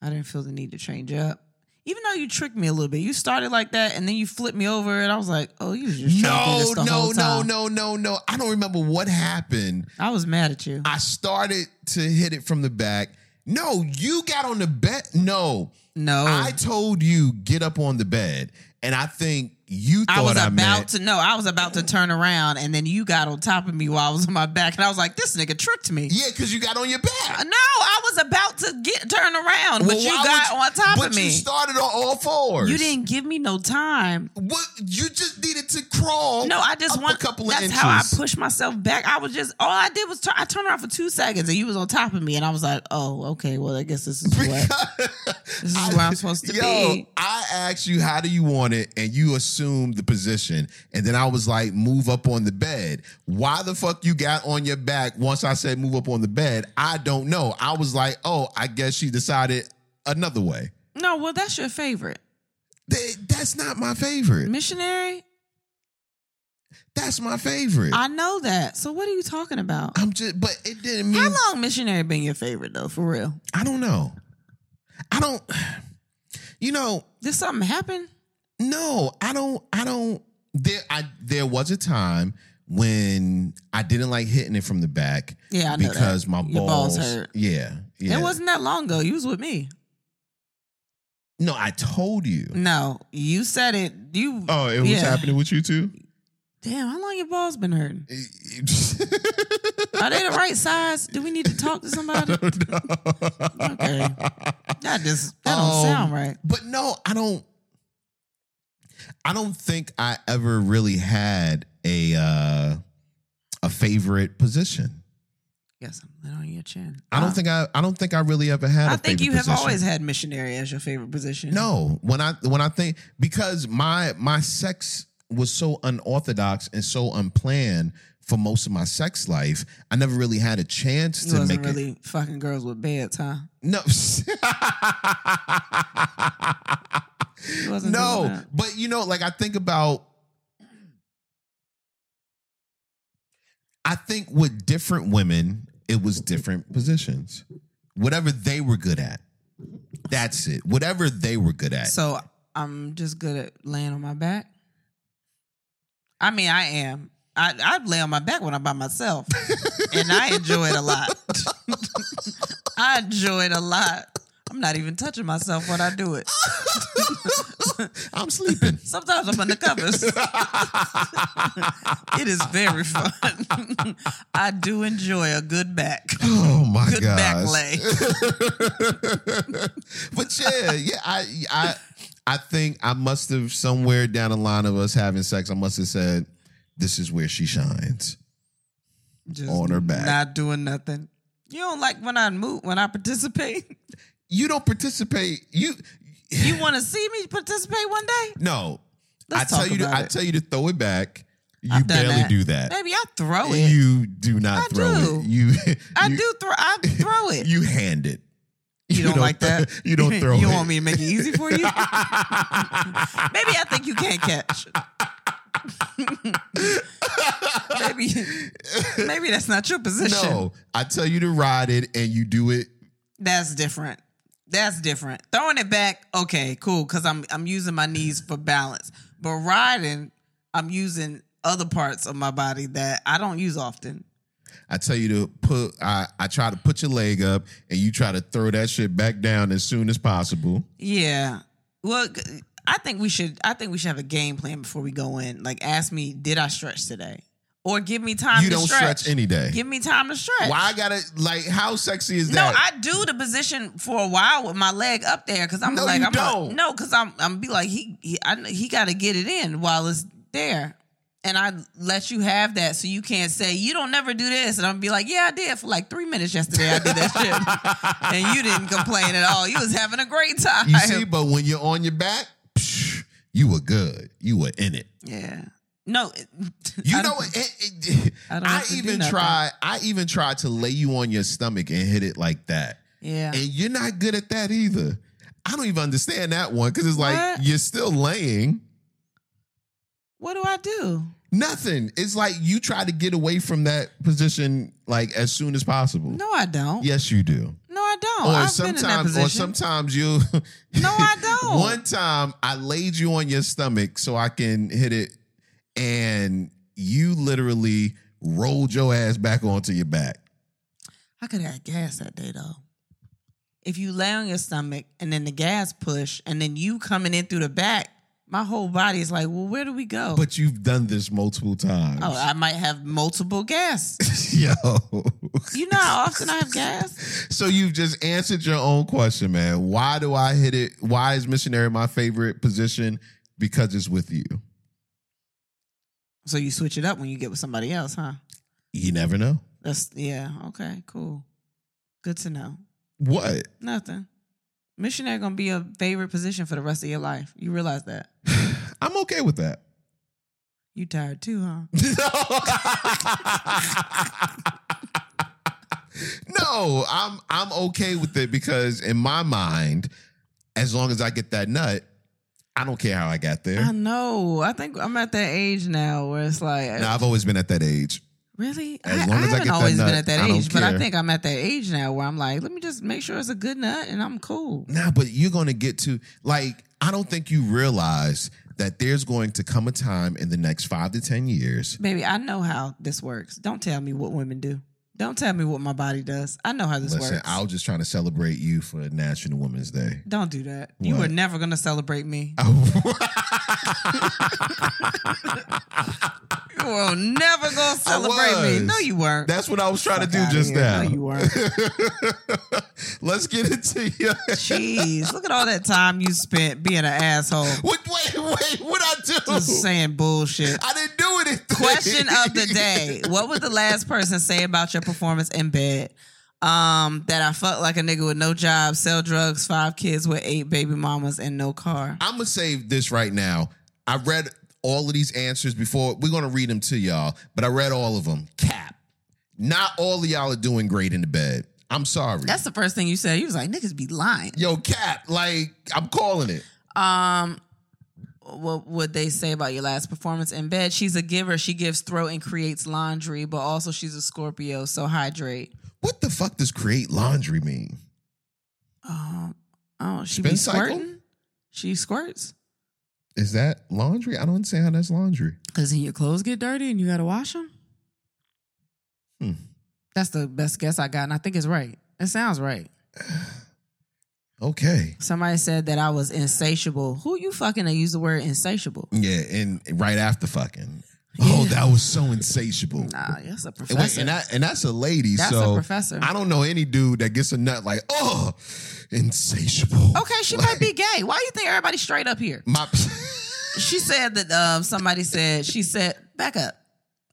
I didn't feel the need to change up. Even though you tricked me a little bit, you started like that, and then you flipped me over, and I was like, "Oh, you was just trying to do No, this the no, whole no, time. no, no, no. I don't remember what happened. I was mad at you. I started to hit it from the back. No, you got on the bed. No, no, I I, told you get up on the bed, and I think you thought I, was about meant. to. No, I was about to turn around, and then you got on top of me while I was on my back, and I was like, "This nigga tricked me." Uh, Yeah, because you got on your back. No, I was about to get turn around, but Well, you why got would on top but of me. you started on all fours. You didn't give me no time. What? You just needed to crawl. No, I just up want. a couple that's of inches. how I pushed myself back. I was just all I did was turn, I turned around for two seconds, and you was on top of me, and I was like, "Oh, okay. Well, I guess this is what this is where I'm supposed to yo, be." I asked you how do you want it, and you assumed the position, and then I was like, move up on the bed. Why the fuck you got on your back once I said move up on the bed? I don't know. I was like, oh, I guess she decided another way. No, well, that's your favorite Th- That's not my favorite. missionary. That's my favorite. I know that. So what are you talking about? I'm just, but it didn't mean. How long missionary been your favorite though? For real? I don't know. I don't. You know, Did something happen? No, I don't. I don't. There, I there was a time when I didn't like hitting it from the back Yeah, I know because that. my Your balls, balls hurt. Yeah, yeah. It wasn't that long ago. You was with me. No, I told you. No, you said it. You. Oh, it was yeah. happening with you too. Damn, how long your balls been hurting? Are they the right size? Do we need to talk to somebody? Okay. That just that Um, don't sound right. But no, I don't. I don't think I ever really had a uh, a favorite position. Got something on your chin. I don't Uh, think I. I don't think I really ever had. a I think favorite you have position. always had missionary as your favorite position. No, when I when I think because my my sex was so unorthodox and so unplanned for most of my sex life, I never really had a chance you to wasn't make it. really fucking girls with beds, huh? No. You wasn't doing no, that. but you know, like I think about I think with different women, it was different positions. Whatever they were good at. That's it. Whatever they were good at. So I'm just good at laying on my back. I mean, I am. I, I lay on my back when I'm by myself, and I enjoy it a lot. I enjoy it a lot. I'm not even touching myself when I do it. I'm sleeping. Sometimes I'm under covers. it is very fun. I do enjoy a good back. Oh my Good gosh. back lay. but yeah, yeah, I I I think I must have somewhere down the line of us having sex, I must have said, This is where she shines. Just On her back. Not doing nothing. You don't like when I move, when I participate. You don't participate. You You want to see me participate one day? no. Let's I tell talk you. To, about I it. tell you to throw it back. You I've done barely that. do that. Maybe I throw it. You do not I throw do. it. You. I you- do throw. I throw it. You hand it. You don't like that? You don't throw. it. you don't want me to make it easy for you? Maybe I think you can't catch. maybe, maybe that's not your position. No, I tell you to ride it, and you do it. That's different. That's different. Throwing it back, okay, cool, because I'm I'm using my knees for balance. But riding, I'm using other parts of my body that I don't use often. I tell you to put. I I try to put your leg up, and you try to throw that shit back down as soon as possible. Yeah. Well, g- I think we should. I think we should have a game plan before we go in. Like, ask me, did I stretch today? Or give me time. you to don't stretch, any day. Give me time to stretch. Why I gotta like? How sexy is No, that? I do the position for a while with my leg up there because I'm No, like, you I'm A, don't. no, because I'm I'm be like he he, I kn- he got to get it in while it's there, and I let you have that so you can't say you don't never do this, and I'm be like, yeah, I did for like three minutes yesterday. I did that shit, and you didn't complain at all. You was having a great time. you see, but when you're on your back, psh, you were good. You were in it. Yeah. No. it- You I know, don't- it, it, I I, don't have to do even nothing. tried. I even tried to lay you on your stomach and hit it like that, Yeah. and you're not good at that either. I don't even understand that one because it's like What? you're still laying What do I do? nothing. It's like you try to get away from that position like as soon as possible. No, I don't. Yes, you do. No, I don't. or I've been in that sometimes, or position. sometimes you. No, I don't. One time, I laid you on your stomach so I can hit it, and you literally rolled your ass back onto your back. I could have had gas that day though. If you lay on your stomach and then the gas push and then you coming in through the back, my whole body is like, well, where do we go? But you've done this multiple times. oh, I might have multiple gas. Yo. you know how often I have gas? So you've just answered your own question, man. Why do I hit it? Why is missionary my favorite position? Because it's with you. So you switch it up when you get with somebody else, huh? You never know. That's yeah. Okay, cool. Good to know. What? Nothing. Missionary gonna be your favorite position for the rest of your life. You realize that. I'm okay with that. You tired too, huh? no, I'm I'm okay with it because in my mind, as long as I get that nut, I don't care how I got I there. know. I think I'm at that age now where it's like Now I've always been at that age. Really? As I, long I as I get haven't that always nut, been at that I don't age, but I care. think I'm at that age now where I'm like, let me just make sure it's a good nut and I'm cool. Nah, but you're gonna get to like I don't think you realize that there's going to come a time in the next five to ten years. Baby, I know how this works. Don't tell me what women do. Don't tell me what my body does. I know how this Listen, works. I was just trying to celebrate you for National Women's Day. Don't do that. You What? were never going to celebrate me. You were never going to celebrate me. was. No, you weren't. That's what I was trying to Fuck do outta just here. now. No, you weren't. Let's get into your. Jeez, look at all that time you spent being an asshole. What? Wait, wait. What I do? Just saying bullshit. I didn't do anything. Question of the day: What would the last person say about your performance in bed? Um, that I fucked like a nigga with no job, sell drugs, five kids with eight baby mamas, and no car. I'm gonna save this right now. I read all of these answers before. We're gonna read them to y'all, but I read all of them. Cap. Not all of y'all are doing great in the bed. I'm sorry. That's the first thing you said. You was like, niggas be lying. Yo, Cap. Like I'm calling it. Um, what would they say about your last performance in bed? She's a giver. She gives throat and creates laundry, but also she's a Scorpio, so hydrate. What the fuck does create laundry mean? Um, oh, she be Spin cycle? squirting. She squirts Is that laundry? I don't understand how that's laundry. because then your clothes get dirty and you gotta wash them. Hmm. That's the best guess I got, and I think it's right. It sounds right. Okay. Somebody said that I was insatiable. Who you fucking that use the word insatiable? Yeah, and right after fucking. Oh, Yeah. that was so insatiable. Nah, that's a And, wait, professor. and that and that's a lady. that's a so professor. I don't know any dude that gets a nut like, oh, insatiable. okay, she might be gay. Why you think everybody's straight up here? My She said that um, somebody said she said back up.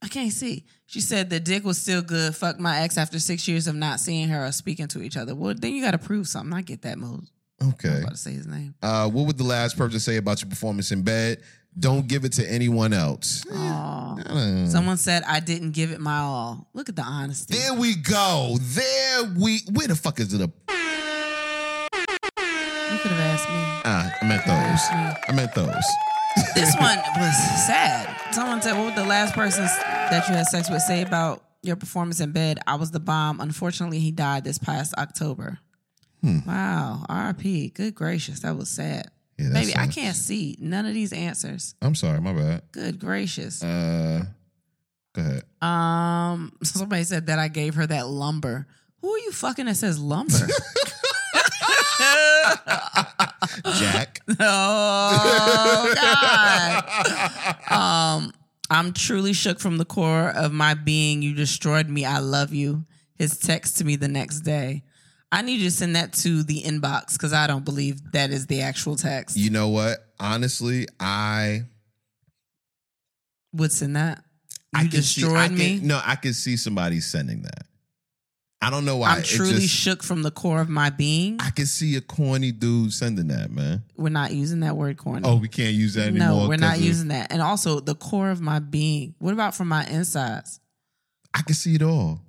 I can't see. She said the dick was still good. Fuck my ex after six years of not seeing her or speaking to each other. Well, then you got to prove something. I get that, Mose. I was Okay. about to say his name. Uh, what would the last person say about your performance in bed? Don't give it to anyone else. Eh, Aw. I don't know. Someone said I didn't give it my all. Look at the honesty. There we go. There we. Where the fuck is it? Up? You could have asked me. Ah, I meant those. I meant those. This one was sad. Someone said, "What would the last person s- that you had sex with say about your performance in bed?" I was the bomb. Unfortunately, he died this past October. Hmm. Wow. R.I.P. Good gracious, that was sad. Yeah, that Baby, I sucks. can't see none of these answers. I'm sorry. My bad. Good gracious. Uh, go ahead. Um, somebody said that I gave her that lumber. Who are you fucking that says lumber? Uh, Jack. oh God. Um, I'm truly shook from the core of my being. You destroyed me. I love you. His text to me the next day. I need you to send that to the inbox because I don't believe that is the actual text. You know what? Honestly, I Would send that. You I can see, I destroyed can- me. no, I can see somebody sending that. I don't know why. I'm It truly just- shook from the core of my being. I can see a corny dude sending that, man. We're not using that word corny. Oh, we can't use that anymore. No, we're 'cause not of- using that. And also the core of my being. What about from my insides? I can see it all.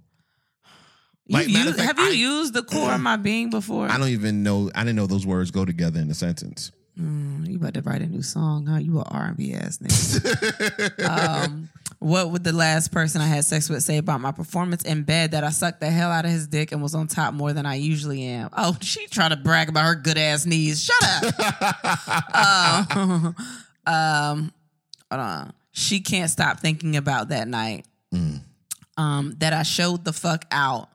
You, Like, matter you- of fact, have you I- used the core of my being before? I don't even know. I didn't know those words go together in a sentence. Mm, you about to write a new song, huh? You a R and B ass nigga. um, what would the last person I had sex with say about my performance in bed that I sucked the hell out of his dick and was on top more than I usually am? Oh, she trying to brag about her good ass knees. Shut up. um, um, hold on. She can't stop thinking about that night. Mm. Um, that I showed the fuck out.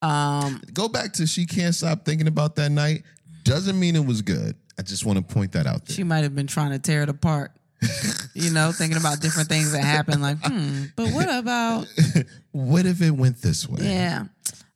Um, Go back to she can't stop thinking about that night. Doesn't mean it was good. I just want to point that out there. She might have been trying to tear it apart. you know, thinking about different things that happened. Like, hmm, but what about what if it went this way? yeah?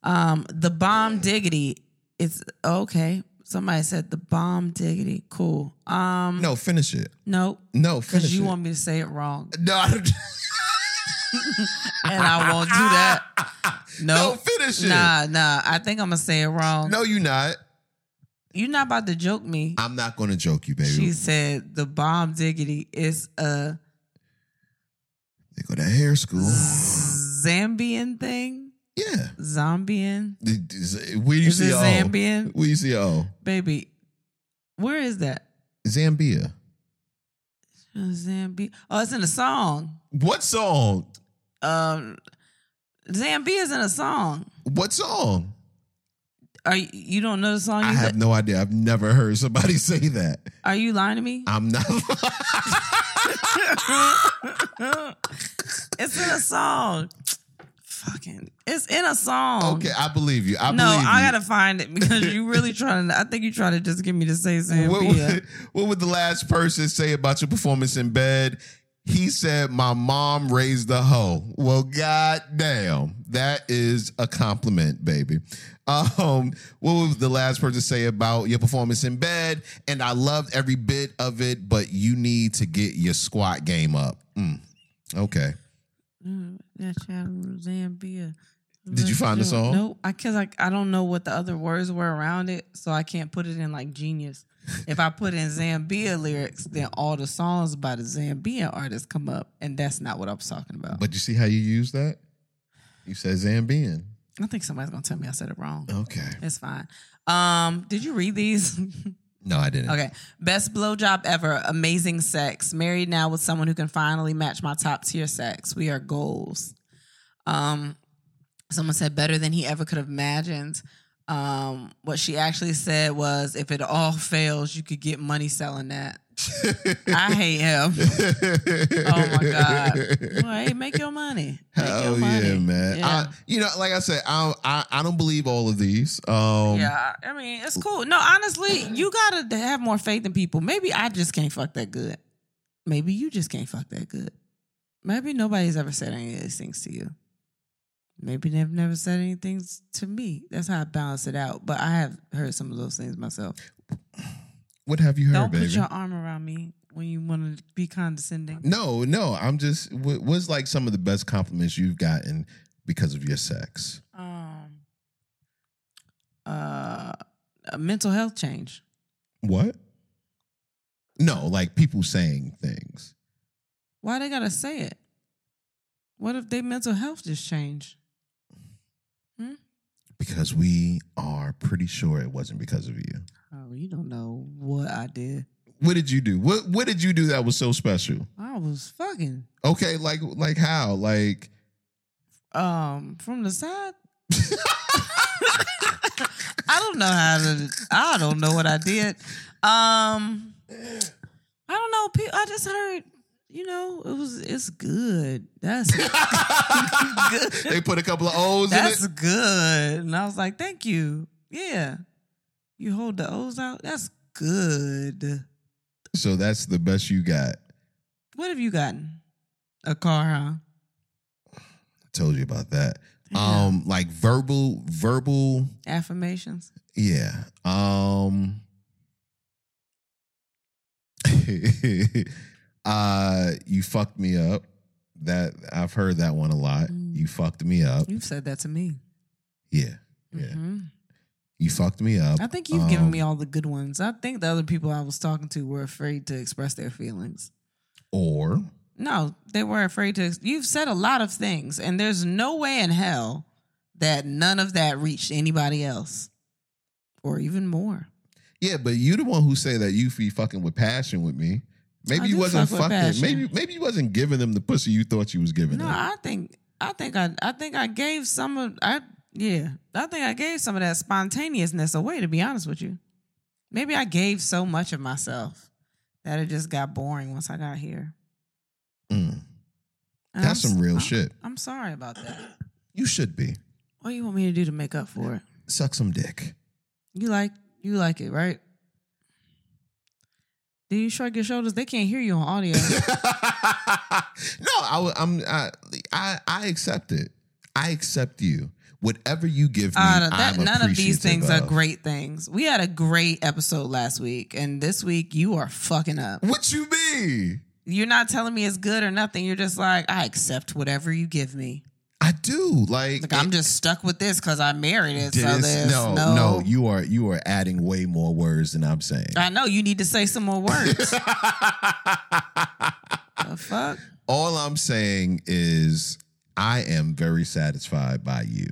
Um, the bomb diggity. It's okay. Somebody said the bomb diggity. Cool. Um, No, finish it. nope. No, Because finish you it. want me to say it wrong, no, I don't- and I won't do that. no, No, finish it. nah, nah. I think I'm gonna say it wrong. No, you're not. You're not about to joke me. I'm not going to joke you, baby. She said the bomb diggity is a they go to hair school. Zambian thing. Yeah. Zambian. It- it's- Where do you Is see oh, it a O? Zambian? Where do you see a O? Baby, where is that? Zambia. Zambia. Oh, it's in a song. What song? Um, Zambia's in a song. What song? Are you, you don't know the song? You I have said- no idea. I've never heard somebody say that. Are you lying to me? I'm not. it's in a song. Fucking, it's in a song. okay, I believe you. I Oh. no, believe I you. gotta find it because you really trying to. I think you trying to just get me to say what, Zambia. would, what would the last person say about your performance in bed? He said, My mom raised the hoe. Well, goddamn. That is a compliment, baby. Um, what would the last person say about your performance in bed? And I loved every bit of it, but you need to get your squat game up. Mm. Okay. Mm, That child from Zambia. Did you find the song? No, I cause I I don't know what the other words were around it, so I can't put it in like genius. if I put in Zambia lyrics, then all the songs by the Zambian artists come up, and that's not what I was talking about. But you see how you use that? You said Zambian. I think somebody's gonna tell me I said it wrong. Okay. It's fine. Um, did you read these? No, I didn't. okay. Best blowjob ever. Amazing sex. Married now with someone who can finally match my top tier sex. We are goals. Um, someone said better than he ever could have imagined. Um, what she actually said was, if it all fails, you could get money selling that. I hate him. Oh my god. Well, hey, make your money. Make Hell your money. yeah, man! Yeah. I, you know, like I said, I, don't- I I don't believe all of these. Um, yeah, I mean it's cool. No, honestly, you gotta have more faith in people. Maybe I just can't fuck that good. Maybe you just can't fuck that good. Maybe nobody's ever said any of these things to you. Maybe they've never said any things to me. That's how I balance it out. But I have heard some of those things myself. What have you heard, Don't baby? put your arm around me. when you want to be condescending. No, no. I'm just. What, what's like some of the best compliments you've gotten because of your sex? Um, uh, a mental health change. What? No, like people saying things. Why they gotta say it? What if their mental health just changed? Because we are pretty sure it wasn't because of you. Oh, you don't know what I did. What did you do? What What did you do that was so special? I was fucking Okay, like like how? Like um from the side. I don't know how to. I don't know what I did. Um, I don't know. Pe- I just heard. You know, it was. It's good. That's they put a couple of O's That's in it. good. And I was like, thank you. Yeah. You hold the O's out? That's good. So that's the best you got. What have you gotten? A car, huh? Told you about that. Yeah. Um, like verbal, verbal, Affirmations. yeah. Um, uh, you fucked me up. That I've heard that one a lot. Mm. You fucked me up. You've said that to me. Yeah, yeah. Mhm. You fucked me up. I think you've given Um, me all the good ones. I think the other people I was talking to were afraid to express their feelings. Or No, they were afraid to. You've said a lot of things, and there's no way in hell that none of that reached anybody else or even more. Yeah, but you the one who say that you be fucking with passion with me. Maybe I you do wasn't fuck with fucking. passion. Maybe maybe you wasn't giving them the pussy you thought you was giving No, them. I think I think I I think I gave some of I yeah I think I gave some of that spontaneousness away. To be honest with you, maybe I gave so much of myself that it just got boring once I got here. Mm. And That's I'm s- some real I'm- shit. I'm sorry about that. You should be What do you want me to do to make up for it? suck some dick. You like you like it, right? Do you shrug your shoulders? They can't hear you on audio. no, I, wa- I'm I, I I accept it. I accept you. Whatever you give me, Uh, that, I'm none of these appreciative things of. are great things. We had a great episode last week, and this week you are fucking up. What you mean? You're not telling me it's good or nothing. You're just like, I accept whatever you give me. I do like. Like I'm just stuck with this because I married it. so Dennis, there's no, no, no, you are you are adding way more words than I'm saying. I know you need to say some more words. the fuck? All I'm saying is I am very satisfied by you.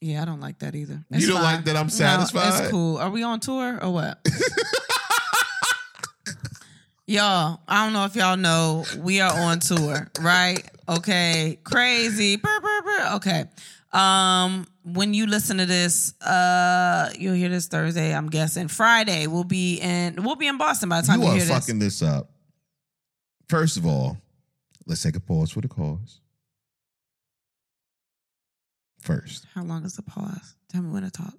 Yeah, I don't like that either. You don't like that I'm No, satisfied? it's cool. Are we on tour or what? y'all, I don't know if y'all know, we are on tour, right? Okay, crazy. Brr, brr, brr. Okay. Um, when you listen to this, uh, you'll hear this Thursday, I'm guessing. Friday, we'll be in we'll be in Boston by the time you you, are hear this. fucking this. up. First of all, let's take a pause for the cause. First. How long is the pause? Tell me when to talk.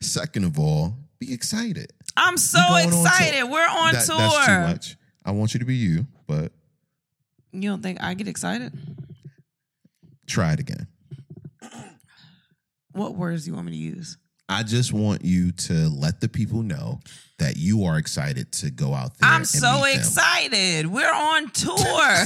Second of all, be excited. I'm so going on tour. excited. We're on That- tour. That's too much. I want you to be you, but You don't think I get excited? try it again. What words do you want me to use? I just want you to let the people know that you are excited to go out there. I'm and so meet them. excited. We're on tour.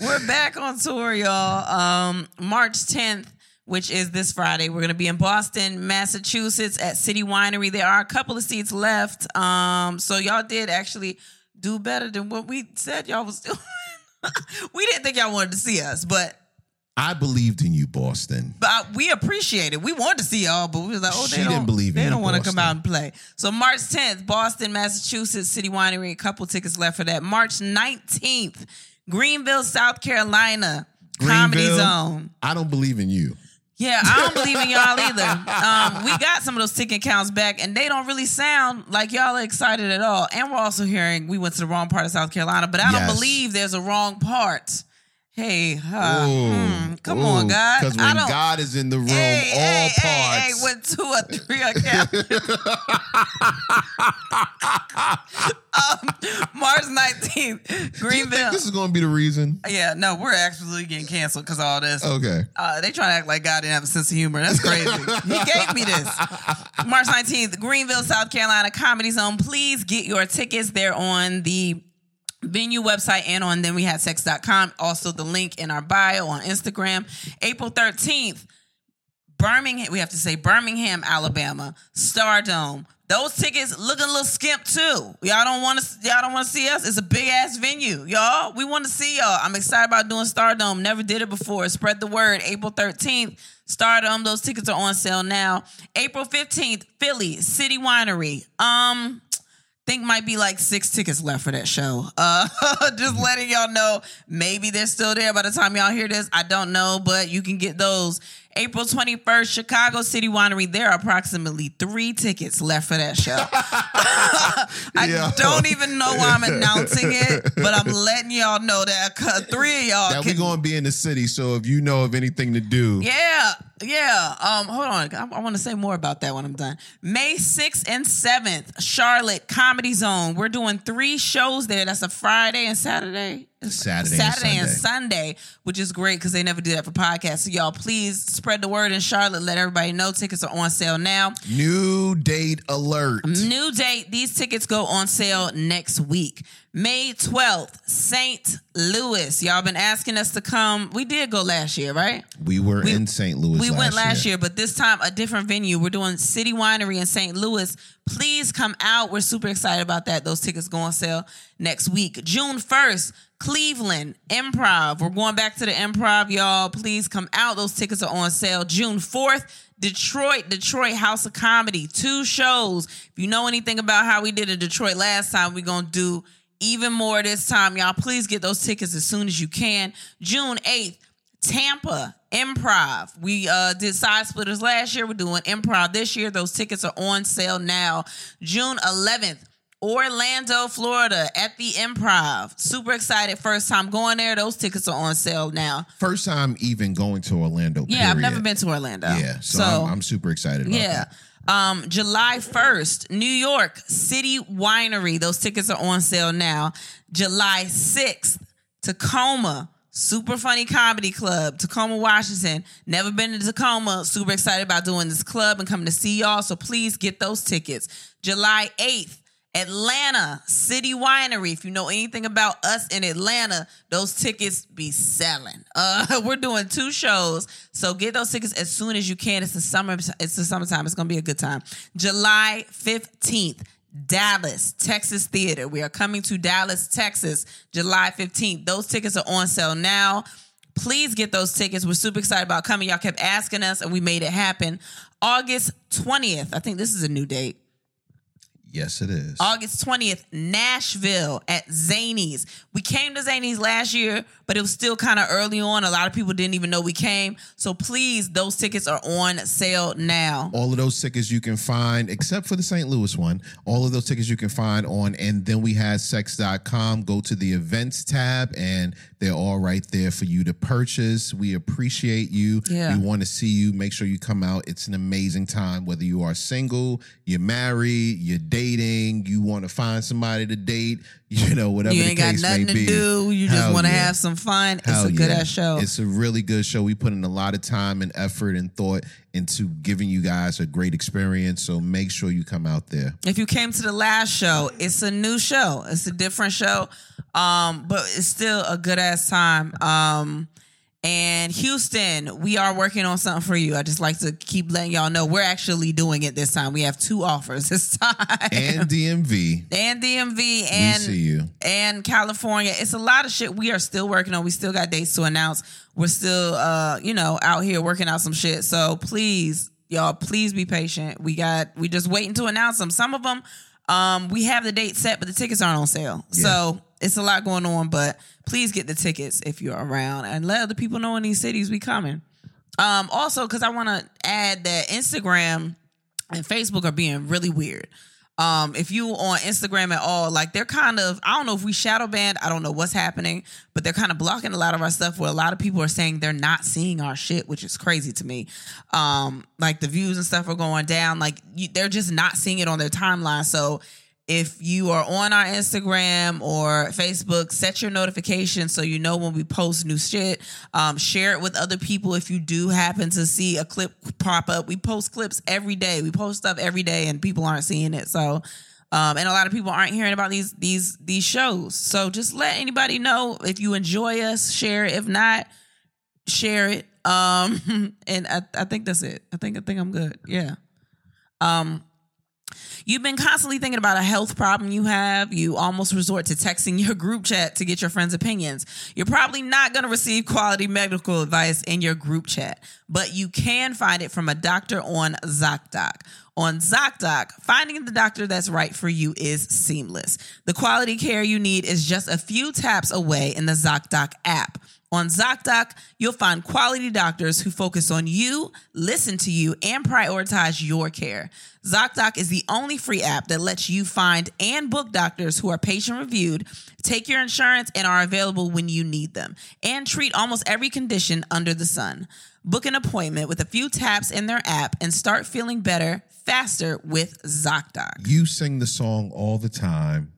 We're back on tour, y'all. Um, March 10th, which is this Friday. We're gonna be in Boston, Massachusetts at City Winery. There are a couple of seats left. Um, so y'all did actually do better than what we said y'all was doing. we didn't think y'all wanted to see us, but I believed in you, Boston. but I- we appreciate it. We wanted to see y'all, but we was like, oh, She they didn't don't believe They in don't want to Boston. come out and play. So March 10th, Boston, Massachusetts, City Winery. A couple tickets left for that. March 19th, Greenville, South Carolina, Comedy Greenville. Zone. I don't believe in you. Yeah, I don't believe in y'all either. Um, we got some of those ticket counts back, and they don't really sound like y'all are excited at all. And we're also hearing we went to the wrong part of South Carolina, but I don't Yes. believe there's a wrong part. Hey, huh, hmm, come on, God. Because I when don't. God is in the room, hey, all hey, hey, hey, parts. with two or three are counted. um, March 19th, Do you think Greenville. this is going to be the reason? Yeah, no, we're absolutely getting canceled because all this. Okay. Uh, they trying to act like God didn't have a sense of humor. That's crazy. he gave me this. March 19th, Greenville, South Carolina Comedy Zone. Please get your tickets. They're on the venue website and on then we had sex.com. Also, the link in our bio on Instagram. April 13th, Birmingham, we have to say Birmingham, Alabama, Stardome. Those tickets looking a little skimp too. Y'all don't want to. Y'all don't want to see us. It's a big ass venue, y'all. We want to see y'all. I'm excited about doing Stardome. Never did it before. Spread the word. April 13th, Stardome. Those tickets are on sale now. April 15th, Philly City Winery. Um, think might be like six tickets left for that show. Uh, just letting y'all know, maybe they're still there by the time y'all hear this. I don't know, but you can get those. April 21st, Chicago City Winery. There are approximately three tickets left for that show. I Yo. don't even know why I'm announcing it, but I'm letting y'all know that uh, three of y'all That can we going to be in the city, so if you know of anything to do, yeah, yeah. Um, hold on. I, I want to say more about that when I'm done. May 6th and 7th, Charlotte Comedy Zone. We're doing three shows there. That's a Friday and Saturday. Saturday and Saturday and Sunday. Sunday, which is great because they never do that for podcasts. So y'all, please spread the word in Charlotte. Let everybody know tickets are on sale now. new date alert. New date. These tickets go on sale next week. May 12th, St. Louis. Y'all been asking us to come. We did go last year, right? We were in St. Louis. We went last year. but this time a different venue. We're doing City Winery in St. Louis. Please come out. We're super excited about that. Those tickets go on sale next week. June 1st, Cleveland Improv. We're going back to the improv, y'all. Please come out. Those tickets are on sale. June 4th, Detroit, Detroit House of Comedy. Two shows. If you know anything about how we did in Detroit last time, we're going to do even more this time, y'all. Please get those tickets as soon as you can. June 8th, Tampa Improv. We uh, did side splitters last year. We're doing improv this year. Those tickets are on sale now. June 11th, Orlando, Florida, at the Improv. Super excited. First time going there. Those tickets are on sale now. First time even going to Orlando. Yeah, I've period. never been to Orlando. Yeah, so, I'm, I'm super excited about yeah. that. Um, July 1st, New York City Winery. Those tickets are on sale now. July 6th, Tacoma. Super Funny Comedy Club, Tacoma, Washington. Never been to Tacoma. Super excited about doing this club and coming to see y'all. So please get those tickets. July 8th, Atlanta City Winery. If you know anything about us in Atlanta, those tickets be selling. Uh, we're doing two shows, so get those tickets as soon as you can. It's the summer. It's the summertime. It's gonna be a good time. July fifteenth. Dallas, Texas Theater. We are coming to Dallas, Texas, July 15th. Those tickets are on sale now. Please get those tickets. We're super excited about coming. Y'all kept asking us, and we made it happen. August 20th. I think this is a new date. Yes, it is. August 20th, Nashville at Zanies. We came to Zanies last year, but it was still kind of early on. A lot of people didn't even know we came. So please, those tickets are on sale now. all of those tickets you can find, except for the St. Louis one, all of those tickets you can find on and then we had sex.com. Go to the events tab and they're all right there for you to purchase. We appreciate you. Yeah. We want to see you. Make sure you come out. It's an amazing time, whether you are single, you're married, you're dating, you want to find somebody to date, you know, whatever You the ain't got case nothing may to be. do. You just Hell want to yeah. have some fun. Hell it's a good yeah. ass show. It's a really good show. We put in a lot of time and effort and thought into giving you guys a great experience. So make sure you come out there. if you came to the last show, it's a new show. It's a different show. Um, but it's still a good ass time. Um and Houston, we are working on something for you. I just like to keep letting y'all know we're actually doing it this time. We have two offers this time. And DMV, and DMV we and see you. and California. It's a lot of shit we are still working on. We still got dates to announce. We're still uh, you know, out here working out some shit. So please, y'all, please be patient. We got we just waiting to announce them. Some of them um we have the date set, but the tickets aren't on sale. So it's a lot going on, but please get the tickets if you're around and let other people know in these cities we coming. Um, also, because I want to add that Instagram and Facebook are being really weird. Um, if you on Instagram at all, like they're kind of I don't know if we shadow banned, I don't know what's happening, but they're kind of blocking a lot of our stuff where a lot of people are saying they're not seeing our shit, which is crazy to me. Um, like the views and stuff are going down, like you, they're just not seeing it on their timeline. So if you are on our Instagram or Facebook, set your notifications so you know when we post new shit. Um, share it with other people if you do happen to see a clip pop up. We post clips every day. We post stuff every day, and people aren't seeing it. So, um, and a lot of people aren't hearing about these these these shows. So just let anybody know if you enjoy us. Share it. If not, share it. Um, and I, I think that's it. I think I think I'm good. Yeah. Um, You've been constantly thinking about a health problem you have. You almost resort to texting your group chat to get your friends' opinions. You're probably not going to receive quality medical advice in your group chat, but you can find it from a doctor on ZocDoc. On ZocDoc, finding the doctor that's right for you is seamless. The quality care you need is just a few taps away in the ZocDoc app. On ZocDoc, you'll find quality doctors who focus on you, listen to you, and prioritize your care. ZocDoc is the only free app that lets you find and book doctors who are patient reviewed, take your insurance, and are available when you need them, and treat almost every condition under the sun. Book an appointment with a few taps in their app and start feeling better faster with ZocDoc. You sing the song all the time,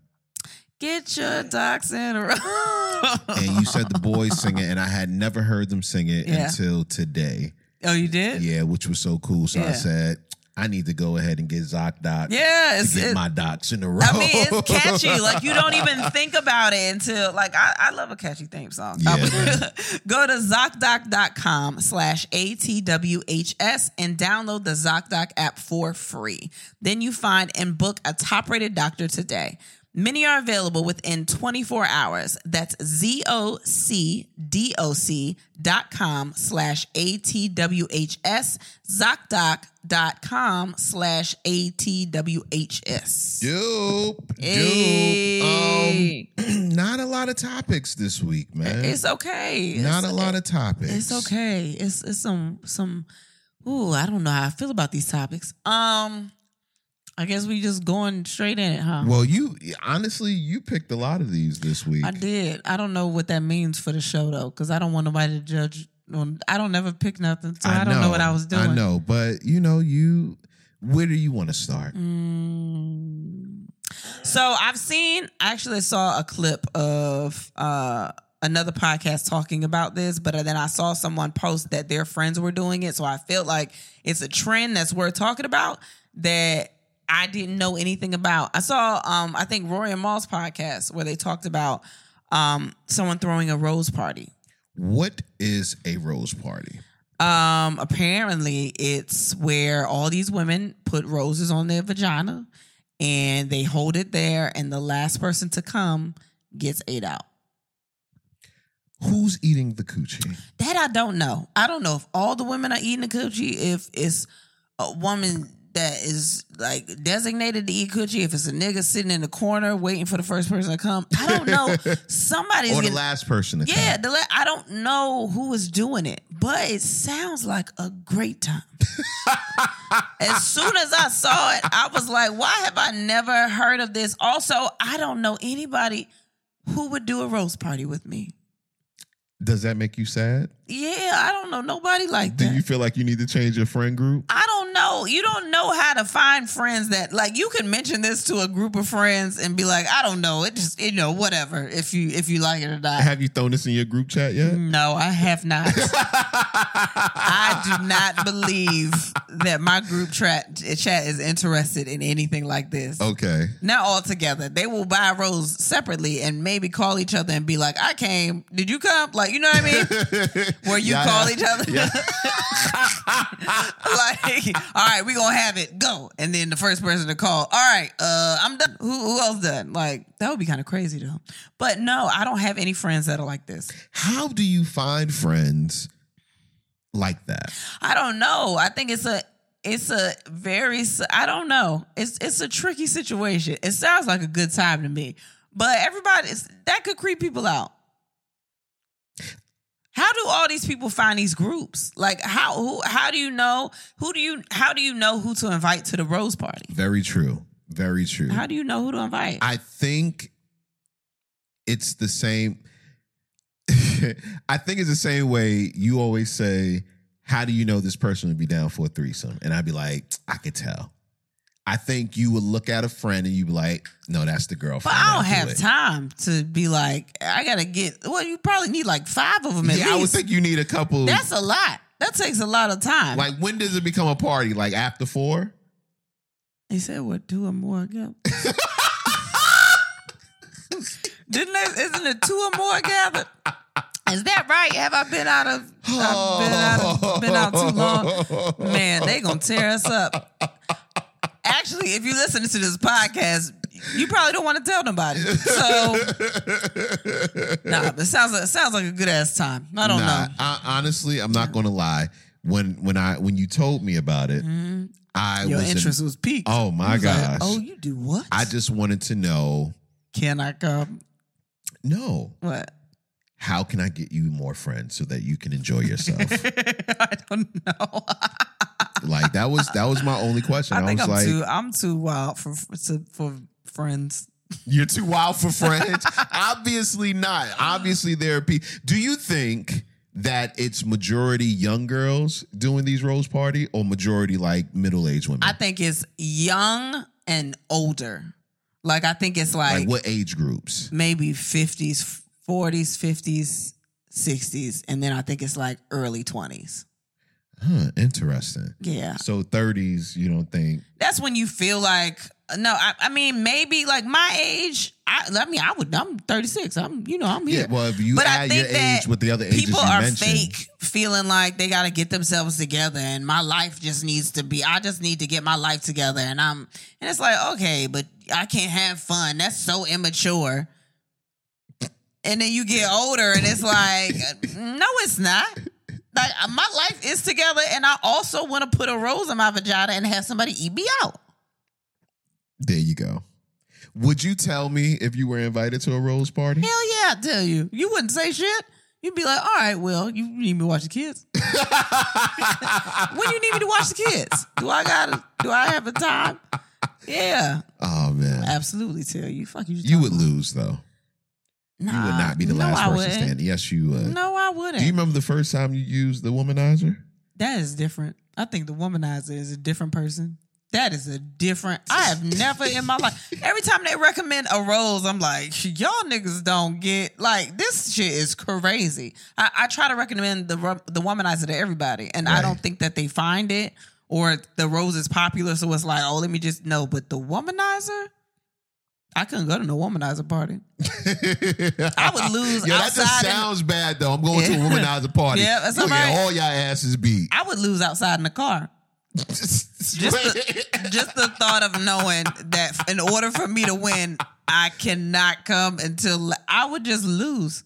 Get your docs in a row. and you said the boys sing it, and I had never heard them sing it Yeah. until today. oh, you did? Yeah, which was so cool. So I Yeah. said, I need to go ahead and get ZocDoc. Yeah, to it's- get it- my docs in a row. I mean, it's catchy. Like you don't even think about it until like I, I love a catchy theme song. Yeah. Go to ZocDoc.com slash ATWHS and download the ZocDoc app for free. Then you find and book a top rated doctor today. Many are available within 24 hours. That's Z-O-C-D-O-C dot com slash A-T-W-H-S, ZocDoc.com slash A-T-W-H-S. Dope, dope. Hey. Um, not a lot of topics this week, man. It's okay. not It's- a lot of topics. It's okay. It's it's some some. Ooh, I don't know how I feel about these topics. Um, I guess we just going straight in it, huh? Well, you honestly, you picked a lot of these this week. I did. I don't know what that means for the show though, because I don't want nobody to judge. On, I don't never pick nothing, so I, don't know, what I was doing. I know, but you know, you. Where do you want to start? Mm. So I've seen, I actually saw a clip of uh, another podcast talking about this, but uh, then I saw someone post that their friends were doing it. So I felt like it's a trend that's worth talking about that I didn't know anything about. I saw, um, I think, Rory and Maul's podcast where they talked about um, someone throwing a rose party. What is a rose party? Um, apparently it's where all these women put roses on their vagina and they hold it there and the last person to come gets ate out. Who's eating the coochie? That I don't know. I don't know if all the women are eating the coochie, if it's a woman that is like designated to eat coochie, if it's a nigga sitting in the corner waiting for the first person to come. I don't know. Somebody's or the getting- last person to yeah, the la- I don't know who is doing it, but it sounds like a great time. as soon as I saw it, I was like, why have I never heard of this? Also, I don't know anybody who would do a rose party with me. come? Does that make you sad? Yeah, I don't know nobody like Do that. you feel like you need to change your friend group? I don't know. You don't know how to find friends that like you can mention this to a group of friends and be like, I don't know. It just you know, whatever if you if you like it or not. Have you thrown this in your group chat yet? No, I have not. I do not believe that my group chat chat is interested in anything like this. Okay. Not all together. They will buy rose separately and maybe call each other and be like, "I came. Did you come?" Like, you know what I mean? Where you Yeah, call yeah. each other, Yeah. like, "All right, we gonna have it. Go." And then the first person to call, "All right, uh, I'm done. Who, who else done?" Like, that would be kind of crazy though. But no, I don't have any friends that are like this. How do you find friends like that? I don't know. I think it's a it's a very s- I don't know. It's it's a tricky situation. It sounds like a good time to me, but everybody it's, that could creep people out. How do all these people find these groups? Like how who how do you know who do you how do you know who to invite to the rose party? Very true. very true. How do you know who to invite? I think it's the same. I think it's the same way you always say, How do you know this person would be down for a threesome? And I'd be like, I could tell. I think you would look at a friend and you'd be like, No, that's the but girlfriend. I I'll don't do have it." time to be like, I gotta get. Well, you probably need like five of them at Yeah, I would least. think you need a couple. That's a lot. That takes a lot of time. like, when does it become a party? Like, after four? They said what two or more gather. Didn't they, isn't it two or more gathered? Is that right? Have I been out of I've been out, of, been out too long? Man, they gonna tear us up. Actually, if you listen to this podcast, you probably don't want to tell nobody. So nah, but it sounds like it sounds like a good ass time. I don't Nah, know. I, honestly, I'm not going to lie. When when I when you told me about it, Mhm. I Your was in- interest was peaked. oh my I was like, gosh! oh, you do what? I just wanted to know. can I come. No, What? how can I get you more friends so that you can enjoy yourself? I don't know. like that was that was my only question. I, I think was I'm like, too I'm too wild for for, to- for friends. you're too wild for friends. Obviously not. Obviously there are people. Do you think that it's majority young girls doing these rose party or majority like middle aged women? I think it's young and older. Like I think it's like, like what age groups? maybe 50s, 40s, 50s, 60s and then I think it's like early 20s. Huh, interesting. Yeah. So 30s, you don't think? That's when you feel like no, I, I mean maybe like my age. I, I mean I would I'm 36. I'm you know I'm here. Yeah. Well, if you But I add your think that age with the other ages people you are mentioned, fake feeling like they got to get themselves together and my life just needs to be i just need to get my life together and i'm and it's like okay but i can't have fun that's so immature and then you get older and it's like no it's not like my life is together and i also want to put a rose in my vagina and have somebody eat me out there you go. Would you tell me if you were invited to a rose party? hell yeah i tell you you wouldn't say shit you'd be like all right well you need me to watch the kids when you need me to watch the kids? Do I gotta? Do I have a time? Yeah, oh man, absolutely. Tell you, fuck you. you would lose though. Nah, You would not be the Uh, no, last I person wouldn't. standing. Yes, you would. No, I wouldn't. Do you remember the first time you used the womanizer? that is different. I think the womanizer is a different person. That is a different. I have never in my life. Every time they recommend a rose, I'm like, y'all niggas don't get like this shit is crazy. I, I try to recommend the ru- the womanizer to everybody, and I Right. don't think that they find it or the rose is popular. So it's like, oh, let me just know. But the womanizer, I couldn't go to no womanizer party. I would lose Yeah, that just outside in- sounds bad though. I'm going to a Yeah. womanizer party. Yeah, that's You'll all get right. all y'all asses beat. I would lose outside in the car. just Just the, just the thought of knowing that in order for me to win, I cannot come until I would just lose.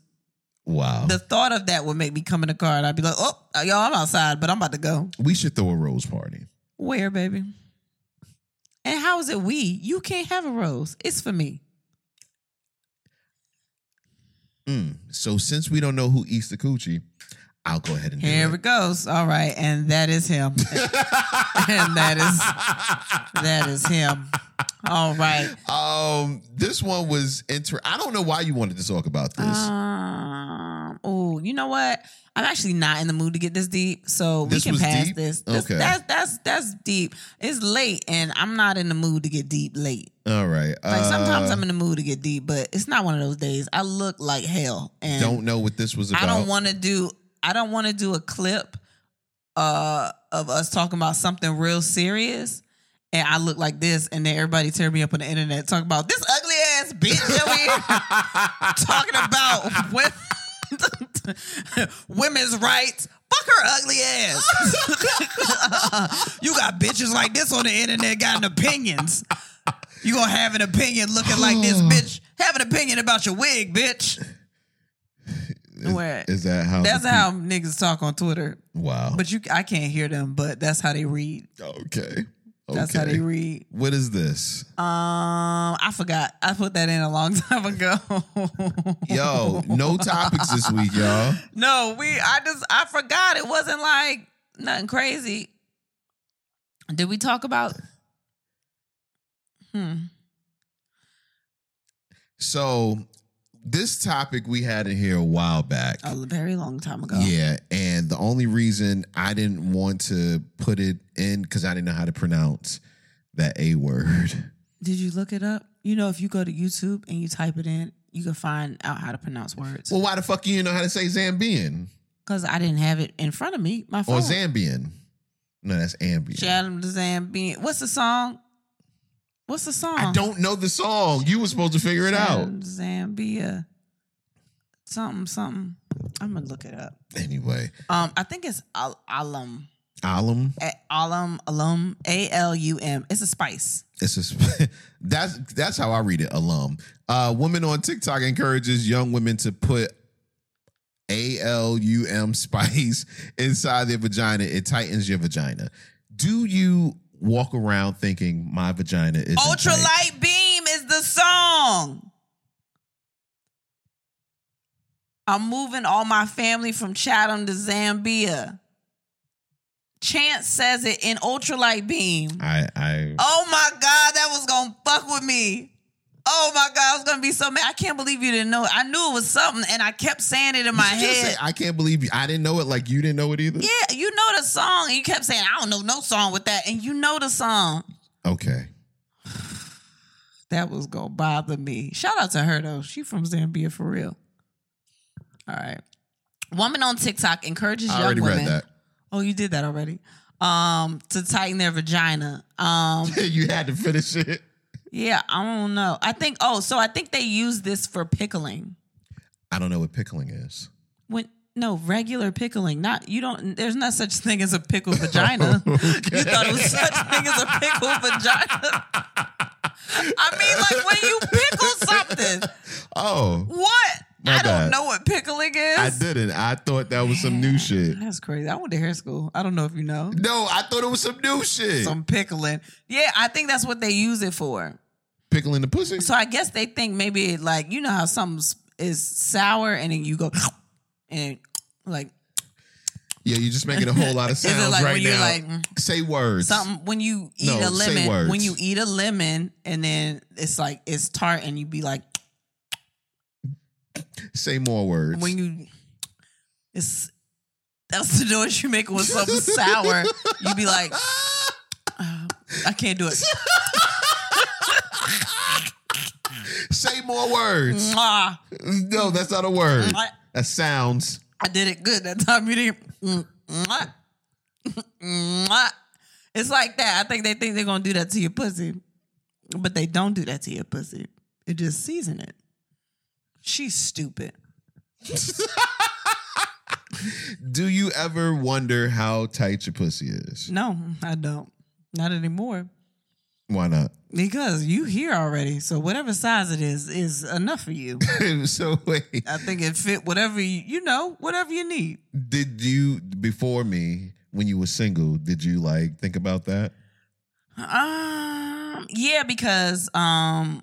wow. The thought of that would make me come in the car and I'd be like, oh, y'all, I'm outside, but I'm about to go. we should throw a rose party. Where, baby? And how is it we? You can't have a rose. It's for me. Mm. So since we don't know who eats the coochie, I'll go ahead and Here do it it. goes. All right. And that is him. and that is that is him. All right. um, this one was inter. I don't know why you wanted to talk about this. Uh, Um, oh, you know what? I'm actually not in the mood to get this deep, so This we can was pass deep? this. This- Okay. That's that's that's deep. It's late, and I'm not in the mood to get deep late. All right. Like sometimes uh, I'm in the mood to get deep, but it's not one of those days. I look like hell, and don't know what this was about. I don't want to do. I don't want to do a clip uh of us talking about something real serious. And I look like this, and then everybody tear me up on the internet talking about this ugly ass bitch over here talking about wo- women's rights. Fuck her ugly ass. you got bitches like this on the internet got an opinions. You gonna have an opinion looking like this, bitch. Have an opinion about your wig, bitch. Where- Is that how? That's the how niggas talk on Twitter. pe- Wow. But you, I can't hear them. But that's how they read. okay. That's okay. how they read. What is this? Um, I forgot. I put that in a long time ago. Yo, no topics this week, y'all. No, we. I just. I forgot. It wasn't like nothing crazy. Did we talk about? Hmm. So this topic we had in here a while back. A very long time ago. Yeah, and the only reason I didn't want to put it in because I didn't know how to pronounce that A word. Did you look it up? You know, if you go to YouTube and you type it in, you can find out how to pronounce words. Well, why the fuck you know how to say Zambian Because I didn't have it in front of me. My or phone. Zambian? No, that's Ambien. Shout 'em to Zambian. What's the song? What's the song? I don't know the song. You were supposed to figure it out. Zambia. Something, something. I'm gonna look it up. Anyway, Um, I think it's al- alum, alum. A- alum, alum, a l u m. It's a spice. It's just that's that's how I read it. Alum. Uh, women on TikTok encourages young women to put A L U M spice inside their vagina. It tightens your vagina. Do you walk around thinking my vagina is Ultra light beam is the song. I'm moving all my family from Chatham to Zambia. Chance says it in ultralight beam. I I Oh my God, that was gonna fuck with me. Oh my God, I was gonna be so mad. I can't believe you didn't know. it. I knew it was something, and I kept saying it in my You just head. said, I can't believe you. I didn't know it like you didn't know it either. yeah, you know the song, and you kept saying, "I don't know no song with that," and you know the song. Okay. That was gonna bother me. Shout out to her though. She from Zambia for real. All right. Woman on TikTok encourages I young already women. read that. Oh, you did that already. Um, to tighten their vagina. Um, you had to finish it. yeah, I don't know. I think. Oh, so I think they use this for pickling. I don't know what pickling is. When no regular pickling, not you don't. There's not such thing as a pickled vagina. You thought it was such thing as a pickled vagina. I mean, like when you pickle something, Oh. what? My I bad. don't know what pickling is. I didn't. I thought that was some new shit. That's crazy. I went to hair school. I don't know if you know No, I thought it was some new shit. some pickling. Yeah, I think that's what they use it for. pickling the pussy. So I guess they think maybe like you know how something is sour and then you go and like Yeah, you're just making a whole lot of it sounds like right when now. you're like, mm? say words. something when you eat No, a say lemon words. when you eat a lemon and then it's like it's tart and you be like Say more words. when you it's that's the noise you make when something sour you be like "Ah, I can't do it say more words. Mwah. No, that's not a word. Mwah. That sounds. I did it good that time. You didn't. Mm, mwah. Mwah. It's like that. I think they think they're gonna do that to your pussy, but they don't do that to your pussy. It just season it. She's stupid. Do you ever wonder how tight your pussy is? No, I don't. Not anymore. Why not? Because you here already, so whatever size it is is enough for you. so wait, I think it fit whatever you, you know, whatever you need. did you before me when you were single? Did you like think about that? Um, yeah, because um,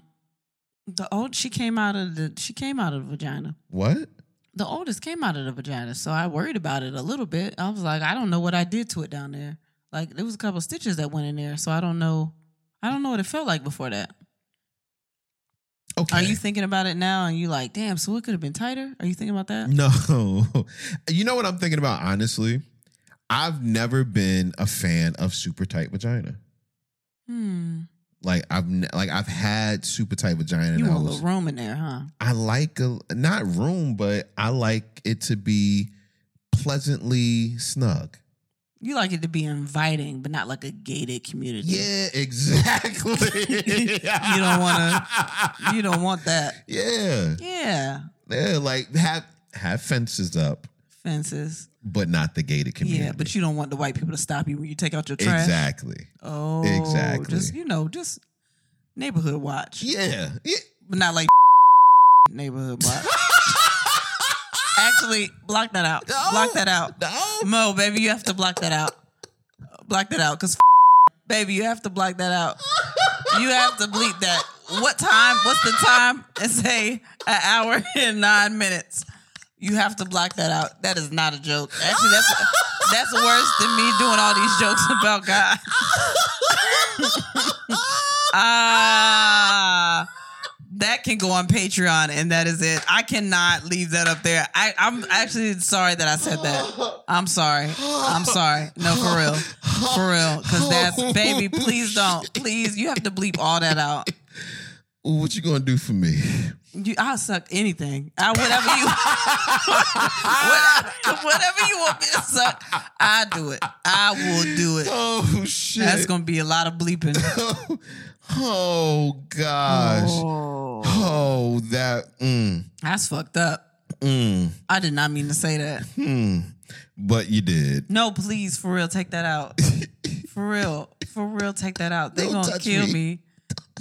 the old she came out of the she came out of the vagina. What? the oldest came out of the vagina, so I worried about it a little bit. I was like, I don't know what I did to it down there. Like there was a couple stitches that went in there, so I don't know. I don't know what it felt like before that. Okay. Are you thinking about it now? And you like, damn. So it could have been tighter. Are you thinking about that? No. You know what I'm thinking about, honestly? I've never been a fan of super tight vagina. Hmm. Like I've ne- like I've had super tight vagina. and You I, want a was, little room in there, huh? I like a not room, but I like it to be pleasantly snug. You like it to be inviting, but not like a gated community. Yeah, exactly. You don't wanna- You don't want that. Yeah, Yeah. yeah. Like have have fences up, Fences. but not the gated community. Yeah, but you don't want the white people to stop you when you take out your trash. exactly. Oh, Exactly. Just you know, just neighborhood watch. Yeah, yeah. but not like neighborhood block. Actually, block that out. No. Block that out. No. Mo, baby, you have to block that out. Block that out, cause baby, you have to block that out. You have to bleep that. What time? What's the time? And say an hour and nine minutes. You have to block that out. That is not a joke. Actually, that's that's worse than me doing all these jokes about God. Ah. that can go on Patreon, and that is it. I cannot leave that up there. I, I'm actually sorry that I said that. I'm sorry. I'm sorry. No, for real, for real, because that's baby. Please don't. Please, you have to bleep all that out. What you gonna do for me? You, I'll suck anything. I whatever you whatever, whatever you want me to suck, I do it. I will do it. Oh shit! That's gonna be a lot of bleeping. oh gosh! Oh, Oh, that. Mm, that's fucked up. mm, I did not mean to say that. hmm. But you did. No, please, for real, take that out. For real, for real, take that out. They Don't gonna touch kill me. me.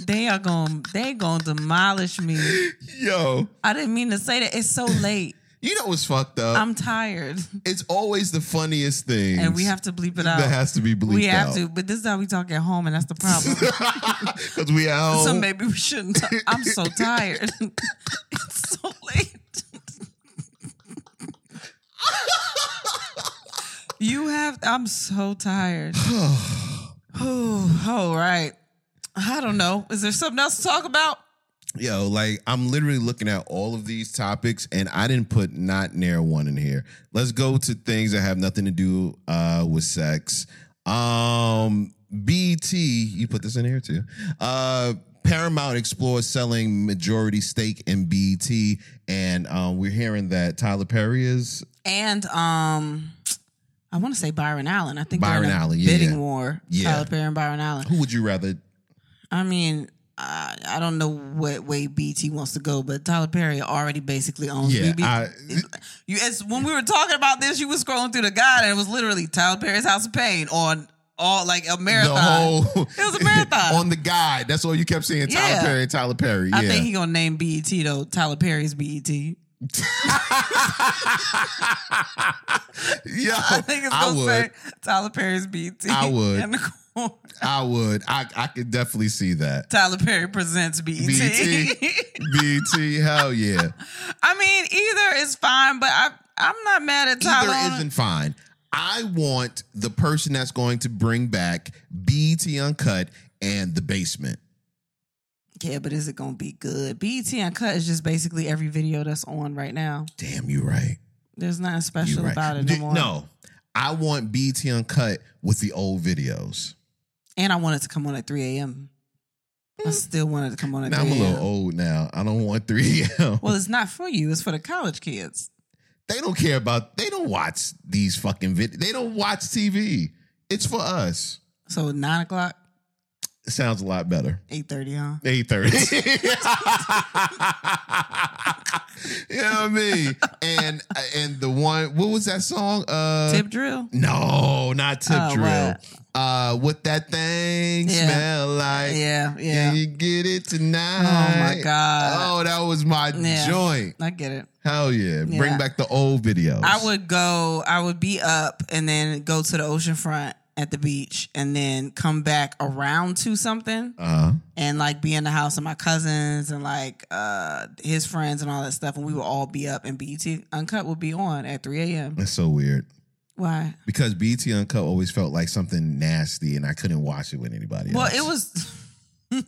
They are gonna they gonna demolish me. Yo, I didn't mean to say that. It's so late. you know what's fucked up? I'm tired, it's always the funniest thing, and we have to bleep it that out. has to be bleeped We have to, but this is how we talk at home, and that's the problem. because we at So home. maybe we shouldn't. Talk. I'm so tired. it's so late. you have. I'm so tired. oh, all right. I don't know. Is there something else to talk about? Yo, like I'm literally looking at all of these topics, and I didn't put not near one in here. Let's go to things that have nothing to do uh, with sex. Um, BT, you put this in here too. Uh, Paramount explores selling majority stake in BT, and um, we're hearing that Tyler Perry is And um, I want to say Byron Allen. I think Byron they're in a Allen, yeah, bidding yeah. war. Yeah. Tyler Perry and Byron Allen. who would you rather? I mean, I, I don't know what way BT wants to go, but Tyler Perry already basically owns Yeah, BB. I- you, as when we were talking about this, you were scrolling through the guide, and it was literally Tyler Perry's House of Pain on all like a marathon. The whole It was a marathon. on the guide. That's all you kept saying. Tyler Yeah. Perry, Tyler Perry. I yeah. think he gonna name BET though. Tyler Perry's E BET. Yo, I think it's Oh, I gonna would. say Tyler Perry's BET. I would. In the corner. I would. I I could definitely see that. Tyler Perry presents E BET. BET. BT, hell yeah. I mean, either is fine, but I I'm not mad at Tyler. Either isn't fine. I want the person that's going to bring back BET Uncut and the basement. Yeah, but is it gonna be good? BET Uncut is just basically every video that's on right now. Damn, you right. There's nothing You special right. about it no D- more. no, I want BET Uncut with the old videos. And I wanted to come on at 3 a.m. I still wanted to come on at Now 3 I'm a a.m. little old now. I don't want 3 a.m. Well, it's not for you. It's for the college kids. They don't care about. They don't watch these fucking videos. They don't watch TV. It's for us. So nine o'clock, It sounds a lot better. eight thirty, huh? Eight thirty. you know what I mean? And and the one what was that song? Uh Tip drill. No, not tip Oh, drill. what? Uh what that thing Yeah. smell like. Yeah, Can yeah. you get it tonight? Oh my god. Oh, that was my Yeah. joint. I get it. Hell yeah. Bring Yeah. back the old videos. I would go. I would be up and then go to the ocean front at the beach and then come back around to something. uh and like be in the house of my cousins and like uh his friends and all that stuff and we would all be up and BET Uncut would be on at 3 a.m. that's so weird. Why? Because BT Uncut always felt like something nasty and I couldn't watch it with anybody Well, else. it was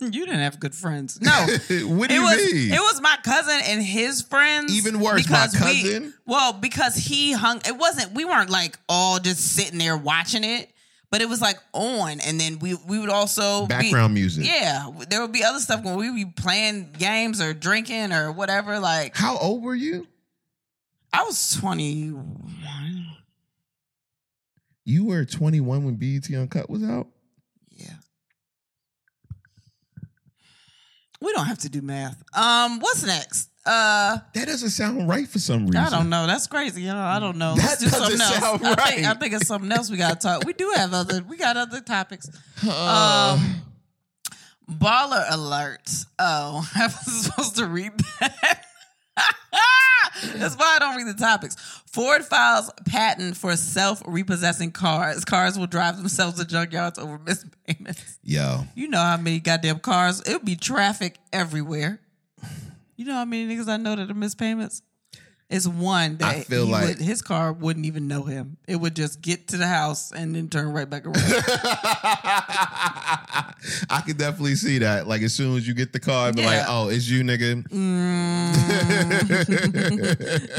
you didn't have good friends. No. what do It you was mean? it was my cousin and his friends. Even worse, my because we- cousin? well, because he hung. It wasn't. We weren't like all just sitting there watching it, but it was like on, and then we we would also be, Background music. Yeah, there would be other stuff when we would be playing games or drinking or whatever. Like How old were you? I was 21. You were 21 when BET Uncut was out. Yeah. We don't have to do math. Um, what's next? Uh, That doesn't sound right for some reason. I don't know. That's crazy. You know, I don't know. That Let's do doesn't something else. sound I, think, I right. think it's something else we gotta talk. We do have other. We got other topics. Uh, Um, baller alert. Oh, I was supposed to read that. That's why I don't read the topics. Ford files patent for self repossessing cars. Cars will drive themselves to junkyards over missed payments. yo, You know how many goddamn cars? It'll be traffic everywhere. You know how many niggas I know that are missed payments? It's one that I feel he like- would- his car wouldn't even know him. It would just get to the house and then turn right back around. I could definitely see that. Like as soon as you get the car, be like, Yeah. "Oh, it's you, nigga." Mm.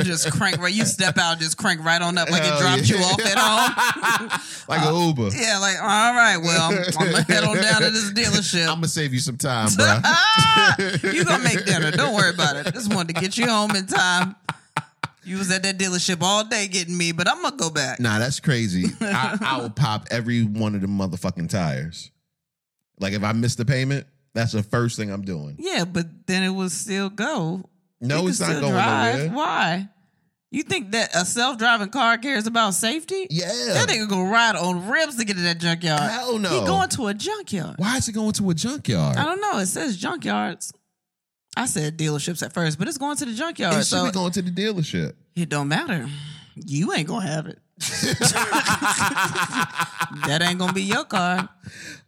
just crank right. You step out, just crank right on up like it Hell dropped yeah. you off at home. like an Uh, Uber. Yeah, like all right, well, I'm gonna head on down to this dealership. Ah, I'm gonna save you some time, bro. you gonna make dinner. Don't worry about it. Just wanted to get you home in time. You was at that dealership all day getting me, but I'm gonna go back. nah, that's crazy. I, I will pop every one of the motherfucking tires. Like if I miss the payment, that's the first thing I'm doing. Yeah, but then it will still go. You No, can it's not still going drive. nowhere. Why? You think that a self driving car cares about safety? Yeah. That nigga gonna ride on ribs to get to that junkyard. Hell no. He going to a junkyard. Why is it going to a junkyard? I don't know. It says junkyards. I said dealerships at first, but it's going to the junkyard. It should so be going to the dealership. it don't matter. You ain't gonna have it. That ain't gonna be your car.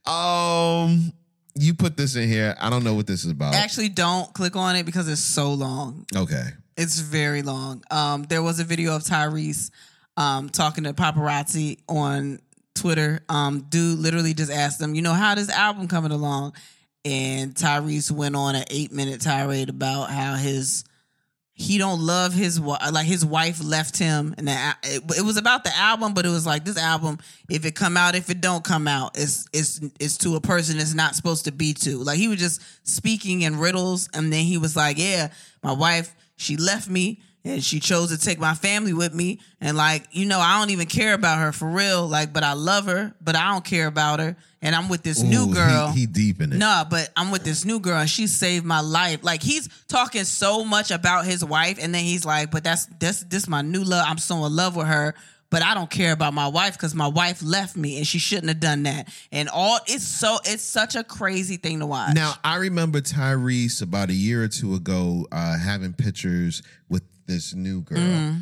um, you put this in here. I don't know what this is about. Actually, don't click on it because it's so long. okay. It's very long. Um, there was a video of Tyrese um, talking to paparazzi on Twitter. Um, dude literally just asked them, you know, how this album coming along? And Tyrese went on an eight minute tirade about how his he don't love his wife like his wife left him and the, al- it, it was about the album but it was like this album if it come out if it don't come out it's it's it's to a person it's not supposed to be to like he was just speaking in riddles and then he was like yeah my wife she left me and she chose to take my family with me and like you know i don't even care about her for real like but i love her but i don't care about her and i'm with this Ooh, new he- girl He, deep in it. Nah, but I'm with this new girl and she saved my life. Like he's talking so much about his wife, and then he's like, "But that's this this my new love. I'm so in love with her." But I don't care about my wife because my wife left me and she shouldn't have done that. And all it's so it's such a crazy thing to watch. Now I remember Tyrese about a year or two ago uh, having pictures with this new girl.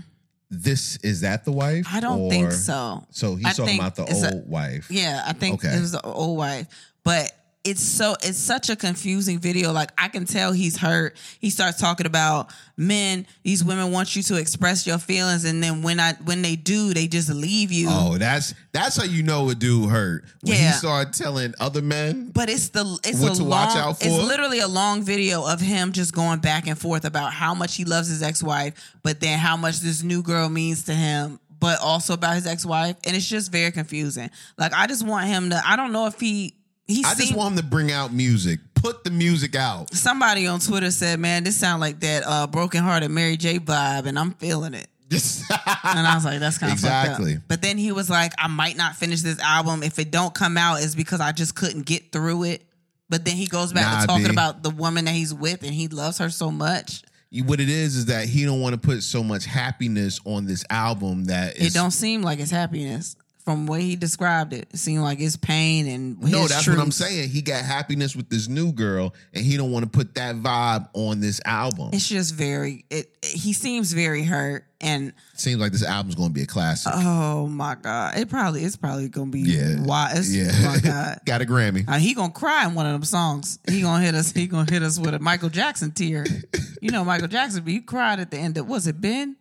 This is that the wife? Mm-hmm. I don't Or- think so. So he's I talking think about the it's a- old wife. Yeah, I think Okay. it was the old wife. But it's so it's such a confusing video. Like I can tell he's hurt. He starts talking about men, these women want you to express your feelings and then when I when they do, they just leave you. Oh, that's that's how you know a dude hurt when he Yeah. started telling other men. But it's the it's What a to long, watch out for? It's literally a long video of him just going back and forth about how much he loves his ex-wife, but then how much this new girl means to him, but also about his ex-wife, and it's just very confusing. Like I just want him to. I don't know if he he. I just seemed- want him to bring out music. Put the music out. Somebody on Twitter said, "Man, this sound like that uh, broken-hearted Mary J. vibe," and I'm feeling it. Just- And I was like, "That's kind of Exactly. But then he was like, "I might not finish this album if it don't come out. It's because I just couldn't get through it." But then he goes back Nah, to talking B. about the woman that he's with, and he loves her so much. You- what it is is that he don't want to put so much happiness on this album that it don't seem like it's happiness from the way he described it. It seemed like it's pain and his No, that's what I'm truth. saying. He got happiness with this new girl, and he don't want to put that vibe on this album. It's just very. It, it- he seems very hurt, and Seems like this album's going to be a classic. oh my god, it probably it's probably gonna be Yeah. wild. It's, yeah, my god. got a Grammy. Uh, he gonna cry in one of them songs. He gonna hit us. He gonna hit us with a Michael Jackson tear. You know Michael Jackson, but he cried at the end of was it Ben?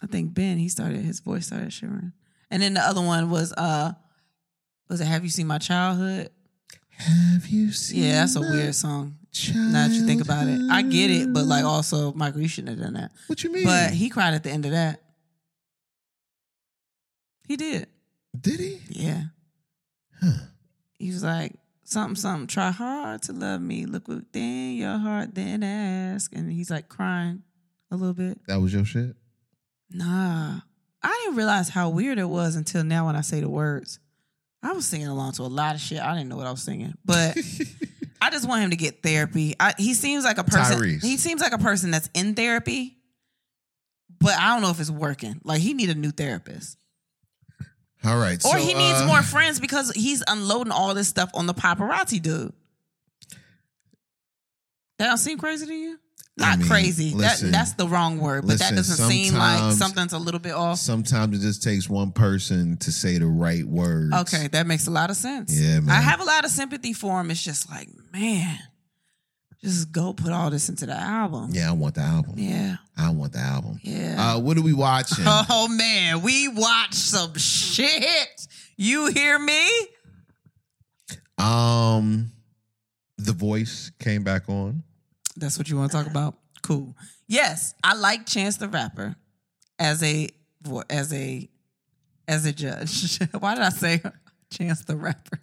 I think Ben. He started his voice started shivering. And then the other one was uh, was it Have You Seen My Childhood? Have you seen? Yeah, that's a my weird song. Now that you think about it, I get it, but like also Michael, you shouldn't have done that. what you mean? But he cried at the end of that. He did. did he? Yeah. Huh. He was like, something, something, try hard to love me. Look within your heart, then ask. And he's like crying a little bit. That was your shit. Nah. I didn't realize how weird it was until now when I say the words. I was singing along to a lot of shit. I didn't know what I was singing. But I just want him to get therapy. I, he seems like a person. Tyrese. He seems like a person that's in therapy, but I don't know if it's working. Like he need a new therapist. All right, Or so, he needs uh, more friends because he's unloading all this stuff on the paparazzi dude. That don't seem crazy to you? I Not mean, crazy. listen. that that's the wrong word, but Listen, that doesn't seem like sometimes- something's a little bit off. Sometimes it just takes one person to say the right words. Okay, that makes a lot of sense. Yeah, man. I have a lot of sympathy for him. It's just like, man, just go put all this into the album. Yeah, I want the album. Yeah. I want the Uh, what are we watching? Oh man, we watched some shit. You hear me? Um, The Voice came back on. That's what you want to talk about? Cool. Yes, I like Chance the Rapper as a vo- as a as a judge. Why did I say Chance the Rapper?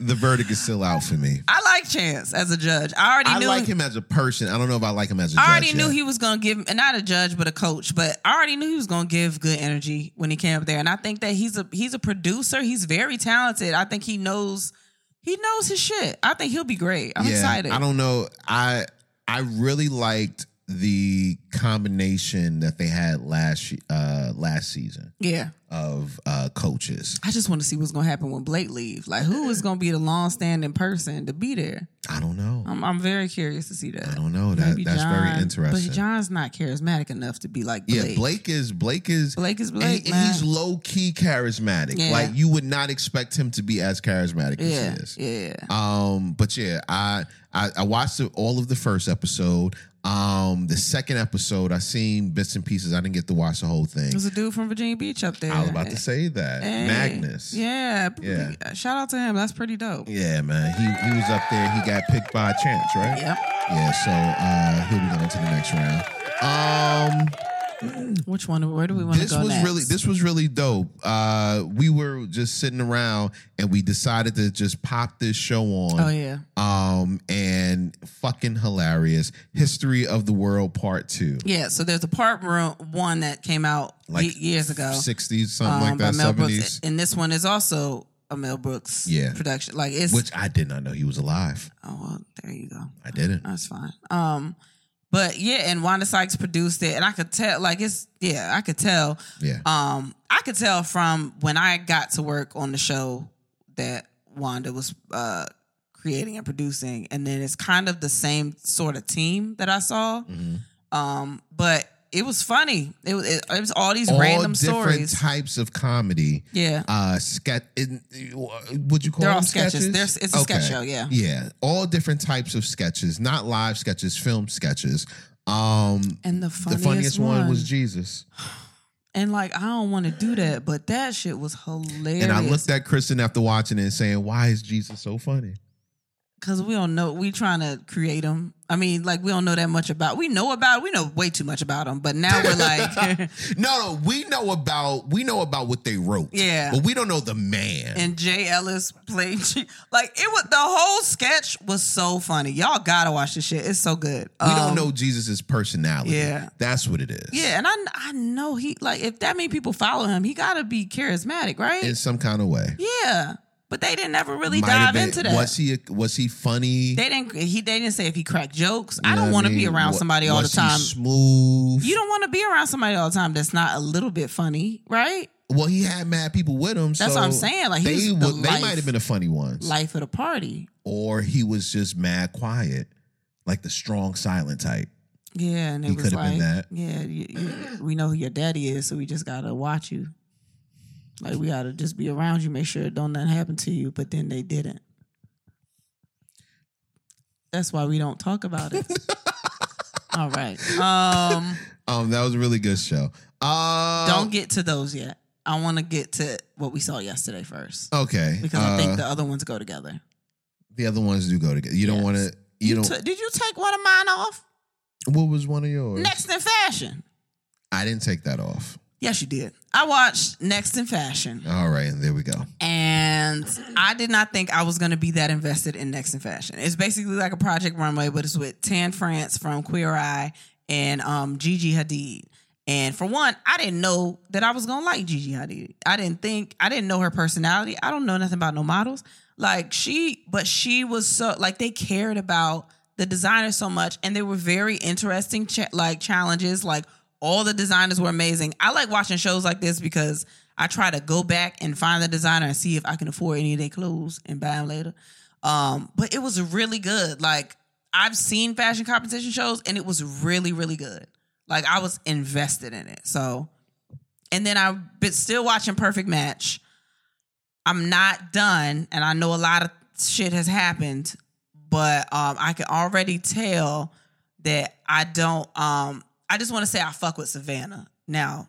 The verdict is still out for me. I like Chance as a judge. I already I knew like him as a person. I don't know if I like him as a I already judge knew yet. he was gonna give and not a judge but a coach, but I already knew he was gonna give good energy when he came up there. And I think that he's a he's a producer. He's very talented. I think he knows he knows his shit. I think he'll be great. I'm yeah, excited. I don't know. I I really liked the combination that they had last uh last season yeah. of uh coaches. I just want to see what's gonna happen when Blake leaves. Like who is gonna be the long standing person to be there? I don't know. I'm I'm very curious to see that. I don't know. That Um, Maybe that's John- very interesting. But John's not charismatic enough to be like yeah, Blake. Blake is Blake is Blake is and he- Blake. and man. he's low key charismatic. Yeah. Like you would not expect him to be as charismatic yeah, as he is. yeah. Um, but yeah, I I, I watched the, all of the first episode. Um, the second episode, I seen bits and pieces. I didn't get to watch the whole thing. There's a dude from Virginia Beach up there. I was about to say that Hey. Magnus. Yeah. Yeah. Uh, Shout out to him. That's pretty dope. Yeah, man. He he was up there. He got picked by chance, right? Yep. Yeah. So uh, he'll be going to the next round. Um, Which one? Where do we want to this go was next? really this was really dope. Uh, we were just sitting around and we decided to just pop this show on. Oh yeah. um and fucking hilarious history of the world part two Yeah. So there's a part room one that came out Like ye- years ago 60s something like um, that by Mel 70s Brooks, and this one is also a Mel Brooks Yeah. production. Like it's which i did not know he was alive oh well, there you go. i didn't That's fine. Um, but yeah, and Wanda Sykes produced it, and I could tell. Like it's yeah, I could tell. yeah Um, I could tell from when I got to work on the show that Wanda was uh creating and producing, and then it's kind of the same sort of team that I saw. Mhm. Um, but it was funny. It was it, it was all these all random different stories. types of comedy yeah, uh sketch in, would you call they're them all sketches. There's it's a sketch Okay. show. Yeah, yeah all different types of sketches not live sketches film sketches um and the the funniest, funniest one, was jesus and like I don't want to do that, but that shit was hilarious. and i looked at kristen after watching it and saying why is jesus so funny Cause we don't know. We trying to create them. I mean, like we don't know that much about. We know about. We know way too much about them. But now we're like, No, no, we know about we know about what they wrote. Yeah. But we don't know the man. and Jay Ellis played. Like it was the whole sketch was so funny. Y'all gotta watch this shit. It's so good. we don't Um, know Jesus's personality. yeah. That's what it is. Yeah, and I I know he like if that many people follow him, he gotta be charismatic, right? In some kind of way. yeah, but they didn't ever really Might have dive been- into that. Was he was he funny? they didn't. He they didn't say if he cracked jokes. You I know don't what want to be mean? around Wa- somebody all the was he time. smooth. You don't want to be around somebody all the time that's not a little bit funny, right? well, he had mad people with him. That's so what I'm saying. Like They, he's the wa- they life, might have been the funny ones. life of the party. or he was just mad quiet, like the strong silent type. Yeah, and it He was could've been like, that. yeah, you, you- we know who your daddy is, so we just gotta watch you. Like we gotta just be around you, make sure it don't nothing happen to you. But then they didn't. That's why we don't talk about it. All right. Um, Um, that was a really good show. Uh don't get to those yet. I want to get to what we saw yesterday first Okay. because I think uh, the other ones go together. The other ones do go together. You don't Yes. want to. You don't. T- did you take one of mine off? what was one of yours? Next in fashion. I didn't take that off. Yes, you did. I watched Next in Fashion, All right, there we go. and I did not think I was going to be that invested in Next in Fashion. It's basically like a Project Runway, but it's with Tan France from Queer Eye and um, Gigi Hadid. And for one, I didn't know that I was going to like Gigi Hadid. I didn't think I didn't know her personality. I don't know nothing about no models. Like she, but she was so like they cared about the designers so much, and they were very interesting cha- like challenges. Like all the designers were amazing. I like watching shows like this because I try to go back and find the designer and see if I can afford any of their clothes and buy them later. Um, but it was really good. Like I've seen fashion competition shows, and it was really really good. Like I was invested in it. So, and then I've been still watching Perfect Match. I'm not done, and I know a lot of shit has happened, but um, I can already tell that I don't um I just want to say I fuck with Savannah. Now,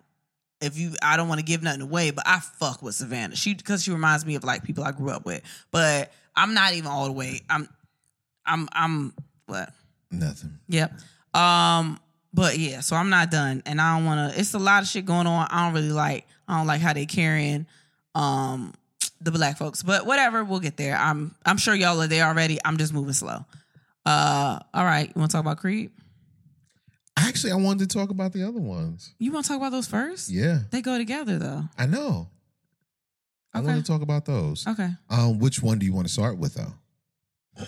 if you I don't want to give nothing away, but I fuck with Savannah. She because she reminds me of like people I grew up with. But I'm not even all the way. I'm I'm I'm what? Nothing. Yep. Um, but yeah, so I'm not done, and I don't want to. It's a lot of shit going on. I don't really like. I don't like how they carrying um the black folks, but whatever. We'll get there. I'm I'm sure y'all are there already. I'm just moving slow. Uh, all right. You want to talk about Creed? Actually, I wanted to talk about the other ones. You want to talk about those first? Yeah, They go together though. I know. I Okay. want to talk about those. Okay. Um, which one do you want to start with, though?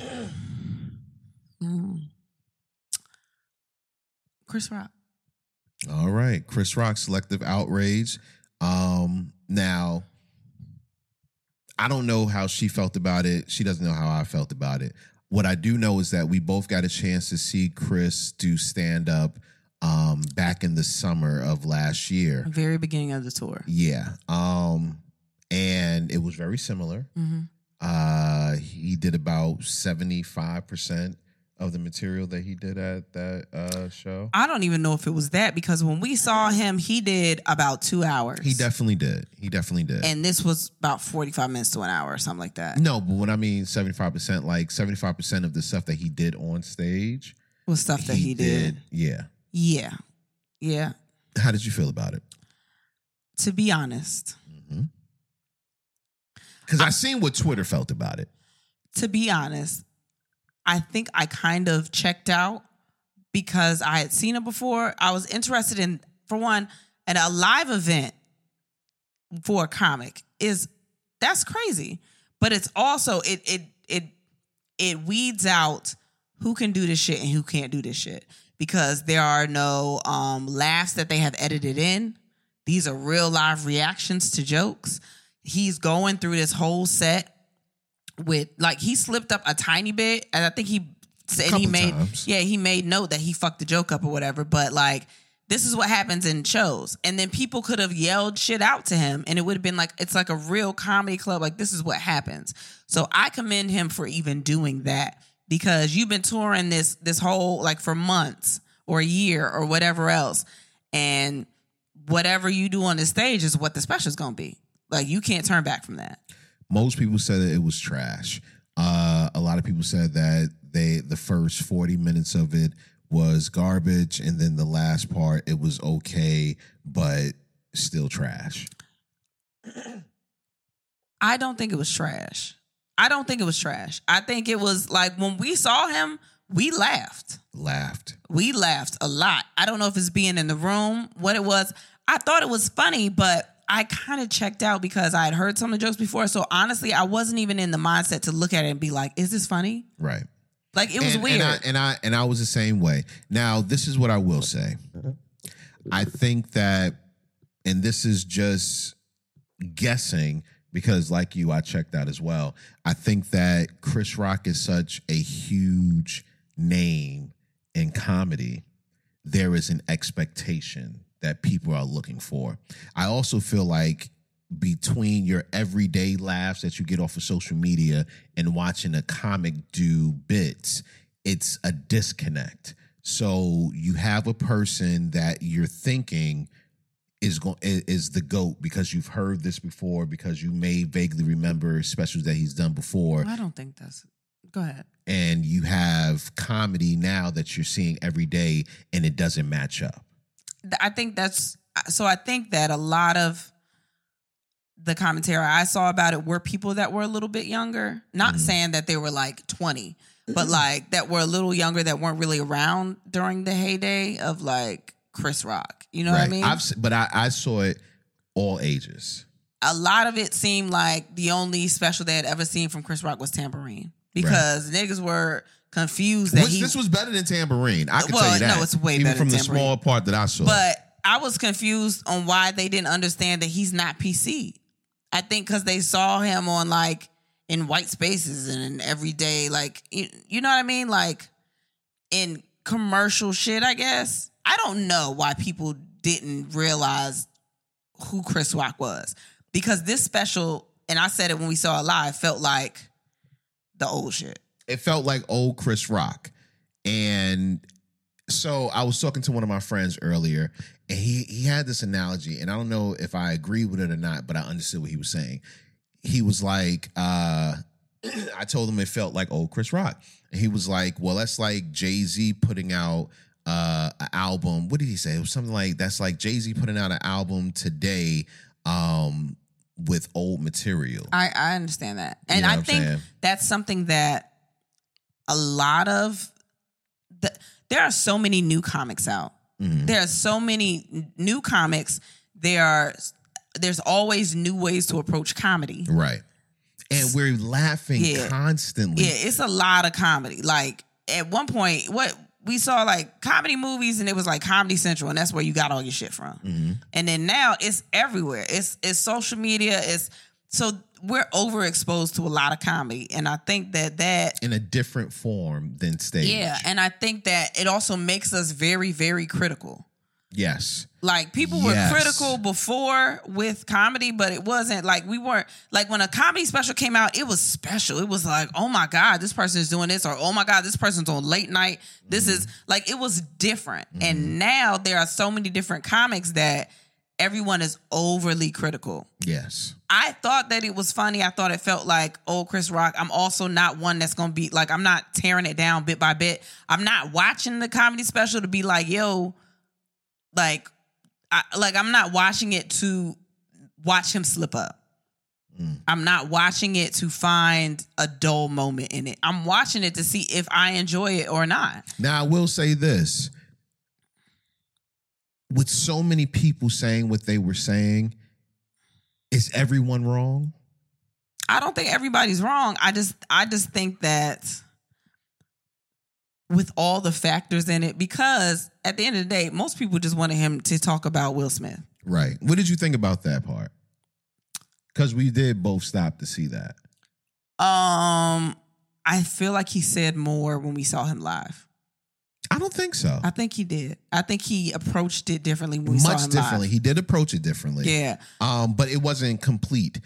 Mm. Chris Rock. All right, Chris Rock, Selective Outrage. Um, now, I don't know how she felt about it. She doesn't know how I felt about it. What I do know is that we both got a chance to see Chris do stand up um, back in the summer of last year. Very beginning of the tour. Yeah, um, and it was very similar. Mm-hmm. Uh, he did about seventy five percent of the material that he did at that uh, show. I don't even know if it was that because when we saw him, he did about two hours. He definitely did. He definitely did. and this was about 45 minutes to an hour or something like that. No, but when I mean seventy five percent, like seventy five percent of the stuff that he did on stage, With stuff that he, did. Yeah. Yeah. Yeah. How did you feel about it? To be honest, Because I seen what Twitter felt about it. to be honest, I think I kind of checked out because I had seen it before. I was interested in, for one, at a live event for a comic is that's crazy. But it's also it it it it weeds out who can do this shit and who can't do this shit because there are no um, laughs that they have edited in. These are real live reactions to jokes. He's going through this whole set with like he slipped up a tiny bit, and I think he said he Couple made times. yeah he made note that he fucked the joke up or whatever. But like this is what happens in shows, and then people could have yelled shit out to him, and it would have been like it's like a real comedy club. Like this is what happens. So I commend him for even doing that because you've been touring this this whole like for months or a year or whatever else, and whatever you do on the stage is what the special is gonna be. Like you can't turn back from that. Most people said that it was trash. Uh, a lot of people said that they the first forty minutes of it was garbage, and then the last part it was okay, but still trash. I don't think it was trash. I don't think it was trash. I think it was like when we saw him, we laughed. Laughed. We laughed a lot. I don't know if it's being in the room, what it was. I thought it was funny, but I kind of checked out because I had heard some of the jokes before. So honestly, I wasn't even in the mindset to look at it and be like, is this funny? Right. Like it was and, weird. And I, and I and I was the same way. Now, this is what I will say. I think that, and this is just guessing because, like you, I checked out as well. I think that Chris Rock is such a huge name in comedy. There is an expectation that people are looking for. I also feel like between your everyday laughs that you get off of social media and watching a comic do bits, it's a disconnect. So you have a person that you're thinking is going is the goat because you've heard this before because you may vaguely remember specials that he's done before I don't think that's. Go ahead. and you have comedy now that you're seeing every day and it doesn't match up. th- I think that's uh, so. I think that a lot of the commentary I saw about it were people that were a little bit younger. Not Mhm. saying that they were like twenty, but like that were a little younger that weren't really around during the heyday of like Chris Rock. You know what I mean? have but I, I saw it all ages. a lot of it seemed like the only special they had ever seen from Chris Rock was Tambourine because niggas were confused that Which, he. this was better than Tambourine. I can Well, tell you that. no, it's way even better from than the small part that I saw. But I was confused on why they didn't understand that he's not PC. I think because they saw him on like in white spaces and in everyday, like you, you know what I mean, like in commercial shit. I guess I don't know why people didn't realize who Chris Rock was because this special, and I said it when we saw it live, felt like the old shit. it felt like old Chris Rock. And so I was talking to one of my friends earlier, and he he had this analogy, and I don't know if I agree with it or not, but I understood what he was saying. He was like, uh, I told him it felt like old Chris Rock, and he was like, well, that's like Jay Z putting out uh, an album. What did he say? It was something like that's like Jay Z putting out an album today um, with old material. I, I understand that. You Uh, And know I what I'm think saying? that's something that a lot of the, there are so many new comics out. Mhm. There are so many n- new comics. There are there's always new ways to approach comedy. Right. And we're laughing Yeah. constantly. Yeah, it's a lot of comedy. Like at one point, what we saw like comedy movies and it was like Comedy Central and that's where you got all your shit from. Mhm. And then now it's everywhere. It's it's social media, it's so we're overexposed to a lot of comedy and I think that that In a different form than stage. Yeah, and I think that it also makes us very, very critical. Yes. Like people Yes. were critical before with comedy, but it wasn't like we weren't like when a comedy special came out, it was special. It was like, oh my God, this person is doing this, or oh my God, this person's on late night. This is like it was different. And now there are so many different comics that everyone is overly critical. Yes. I thought that it was funny. I thought it felt like old Chris Rock. I'm also not one that's gonna be like I'm not tearing it down bit by bit. I'm not watching the comedy special to be like, yo, like, I, like I'm not watching it to watch him slip up. Mm. I'm not watching it to find a dull moment in it. I'm watching it to see if I enjoy it or not. Now I will say this. With so many people saying what they were saying, is everyone wrong? I don't think everybody's wrong. I just I just think that with all the factors in it, because at the end of the day, most people just wanted him to talk about Will Smith. Right. What did you think about that part? Because we did both stop to see that. Um, I feel like he said more when we saw him live. I don't think so. I think he did. I think he approached it differently when we saw Much him differently. He did approach it differently. live. Yeah, Um, but it wasn't complete.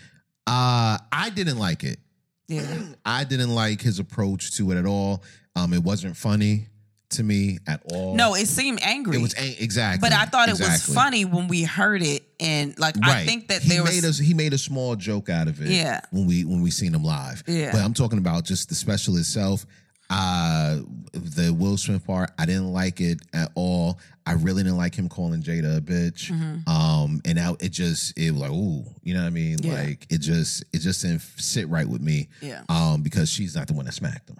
Uh, I didn't like it. yeah. I didn't like his approach to it at all. Um, it wasn't funny to me at all. No, it seemed angry. it was ang- exactly. but I thought it was exactly. funny when we heard it, and like I Right. think that he there was made us he made a small joke out of it. Yeah. When we when we seen him live. Yeah. But I'm talking about just the special itself. Uh the Will Smith part, I didn't like it at all. I really didn't like him calling Jada a bitch. Mhm. Um and now it just it was like, ooh, you know what I mean? Yeah. Like it just it just didn't sit right with me. yeah, Um, because she's not the one that smacked him.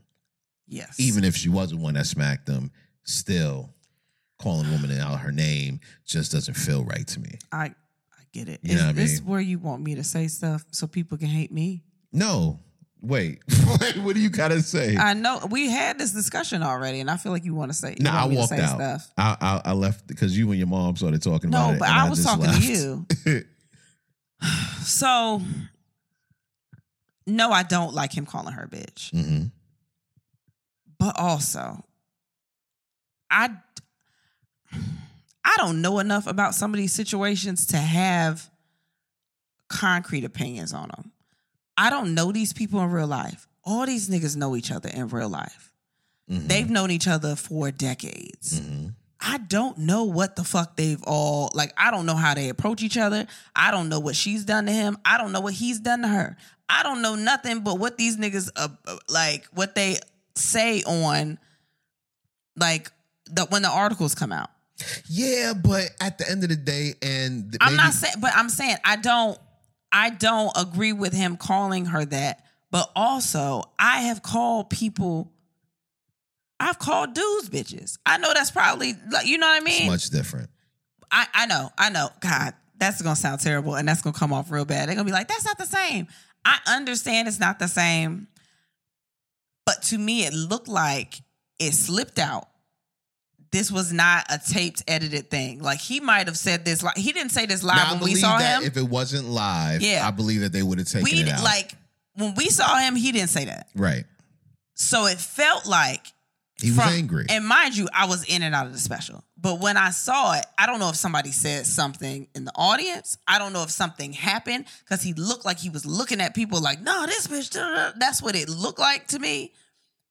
yes, Even if she was the one that smacked him, still calling a woman out her name just doesn't feel right to me. I I get it. You Is know what I this mean? where you want me to say stuff so people can hate me? No. Wait. Wait, what do you gotta say? I know we had this discussion already, and I feel like you want to say. you Nah, want I me to walked say out. Stuff. I, I I left because you and your mom started talking about No, it. but and I was just talking left. to you. So, no, I don't like him calling her a bitch. hmm But also, I I don't know enough about some of these situations to have concrete opinions on them. I don't know these people in real life. All these niggas know each other in real life. mm-hmm, They've known each other for decades. I don't know what the fuck they've all like. I don't know how they approach each other. I don't know what she's done to him. I don't know what he's done to her. I don't know nothing but what these niggas uh, uh, like what they say on like the when the articles come out. Yeah, but at the end of the day, and th- I'm maybe- not saying, but I'm saying I don't, I don't agree with him calling her that. But also, I have called people. I've called dudes bitches. I know that's probably like you know what I it's mean. much different. I I know, I know. God, that's gonna sound terrible, and that's gonna come off real bad. They're gonna be like, that's not the same. I understand it's not the same, but to me, it looked like it slipped out. This was not a taped, edited thing. Like he might have said this. Like he didn't say this live Now, I when we believe saw that him. if it wasn't live, Yeah. I believe that they would have taken we it di- out. like when we saw him, he didn't say that. right. So it felt like He was from- angry. And mind you, I was in and out of the special. But when I saw it, I don't know if somebody said something in the audience. I don't know if something happened because he looked like he was looking at people like, no, this bitch, da, da, da." that's what it looked like to me.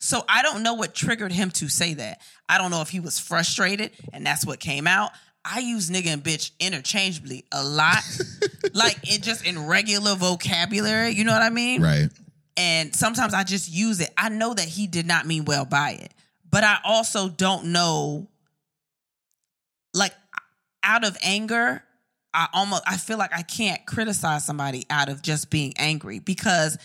So I don't know what triggered him to say that. I don't know if he was frustrated and that's what came out. I use nigga and bitch interchangeably a lot, like it just in regular vocabulary. You know what I mean? Right. And sometimes I just use it. I know that he did not mean well by it, but I also don't know. Like out of anger, I almost I feel like I can't criticize somebody out of just being angry because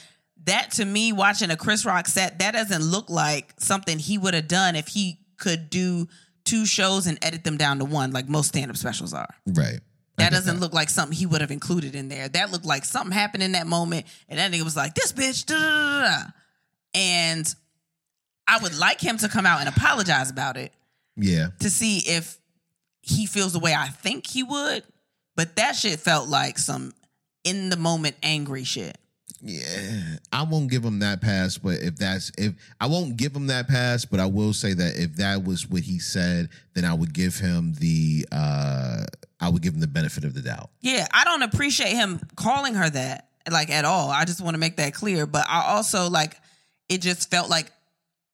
that to me watching a Chris Rock set that doesn't look like something he would have done if he could do two shows and edit them down to one like most stand-up specials are. Right. I get That doesn't look like something he would have included in there. That looked like something happened in that moment and that nigga was like this bitch da, da, da, da, da." and I would like him to come out and apologize about it Yeah. to see if he feels the way I think he would. But that shit felt like some in the moment angry shit. Yeah. I won't give him that pass, but if that's if I won't give him that pass, but I will say that if that was what he said, then I would give him the uh I would give him the benefit of the doubt. Yeah, I don't appreciate him calling her that like at all. I just want to make that clear. But I also like it just felt like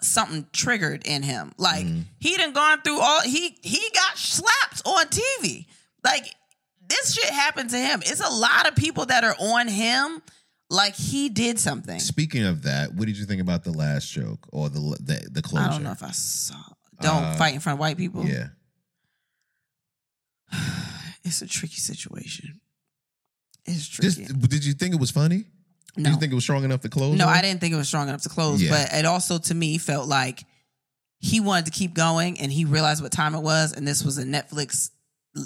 something triggered in him. Like Mm. he done gone through all he he got slapped on TV. Like this shit happened to him. It's a lot of people that are on him like he did something. Speaking of that, what did you think about the last joke or the the, the closure? I don't know if I saw. Don't Uh, fight in front of white people. Yeah. It's a tricky situation. It's This, tricky. did you think it was funny? Did no, you think it was strong enough to close? no, on? I didn't think it was strong enough to close. Mm-hmm. Yeah. But it also, to me, felt like he wanted to keep going, and he realized what time it was, and this was a Netflix,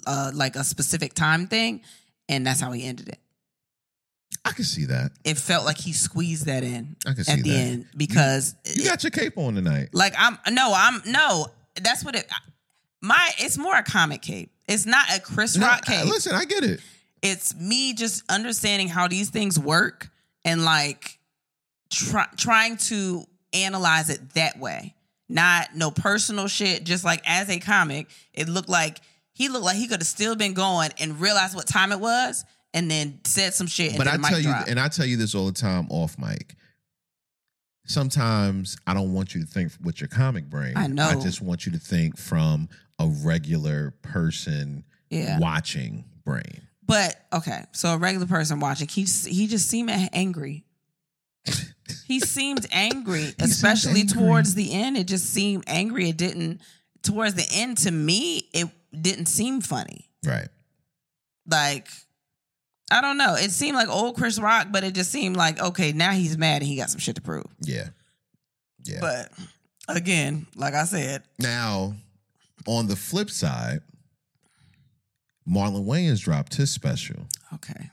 uh, like a specific time thing, and that's how he ended it. I can see that. It felt like he squeezed that in I can see at the that. end because You got your cape on tonight. Like I'm no, I'm no. That's what it. My it's more a comic cape. It's not a Chris No, Rock I- cape. Listen, I get it. It's me just understanding how these things work and like try, trying to analyze it that way. Not no personal shit. Just like as a comic, it looked like he looked like he could have still been going and realized what time it was, and then said some shit. And but then I mic tell you, dropped. and I tell you this all the time off mic. Sometimes I don't want you to think with your comic brain. I know. I just want you to think from a regular person yeah. watching brain. But okay, so a regular person watching, he just, he just seemed angry. he seemed angry, especially angry. towards the end. It just seemed angry. It didn't towards the end to me. It didn't seem funny. Right. Like I don't know. It seemed like old Chris Rock, but it just seemed like okay, now he's mad and he got some shit to prove. Yeah. Yeah. But again, like I said, now, on the flip side, Marlon Wayans dropped his special. okay.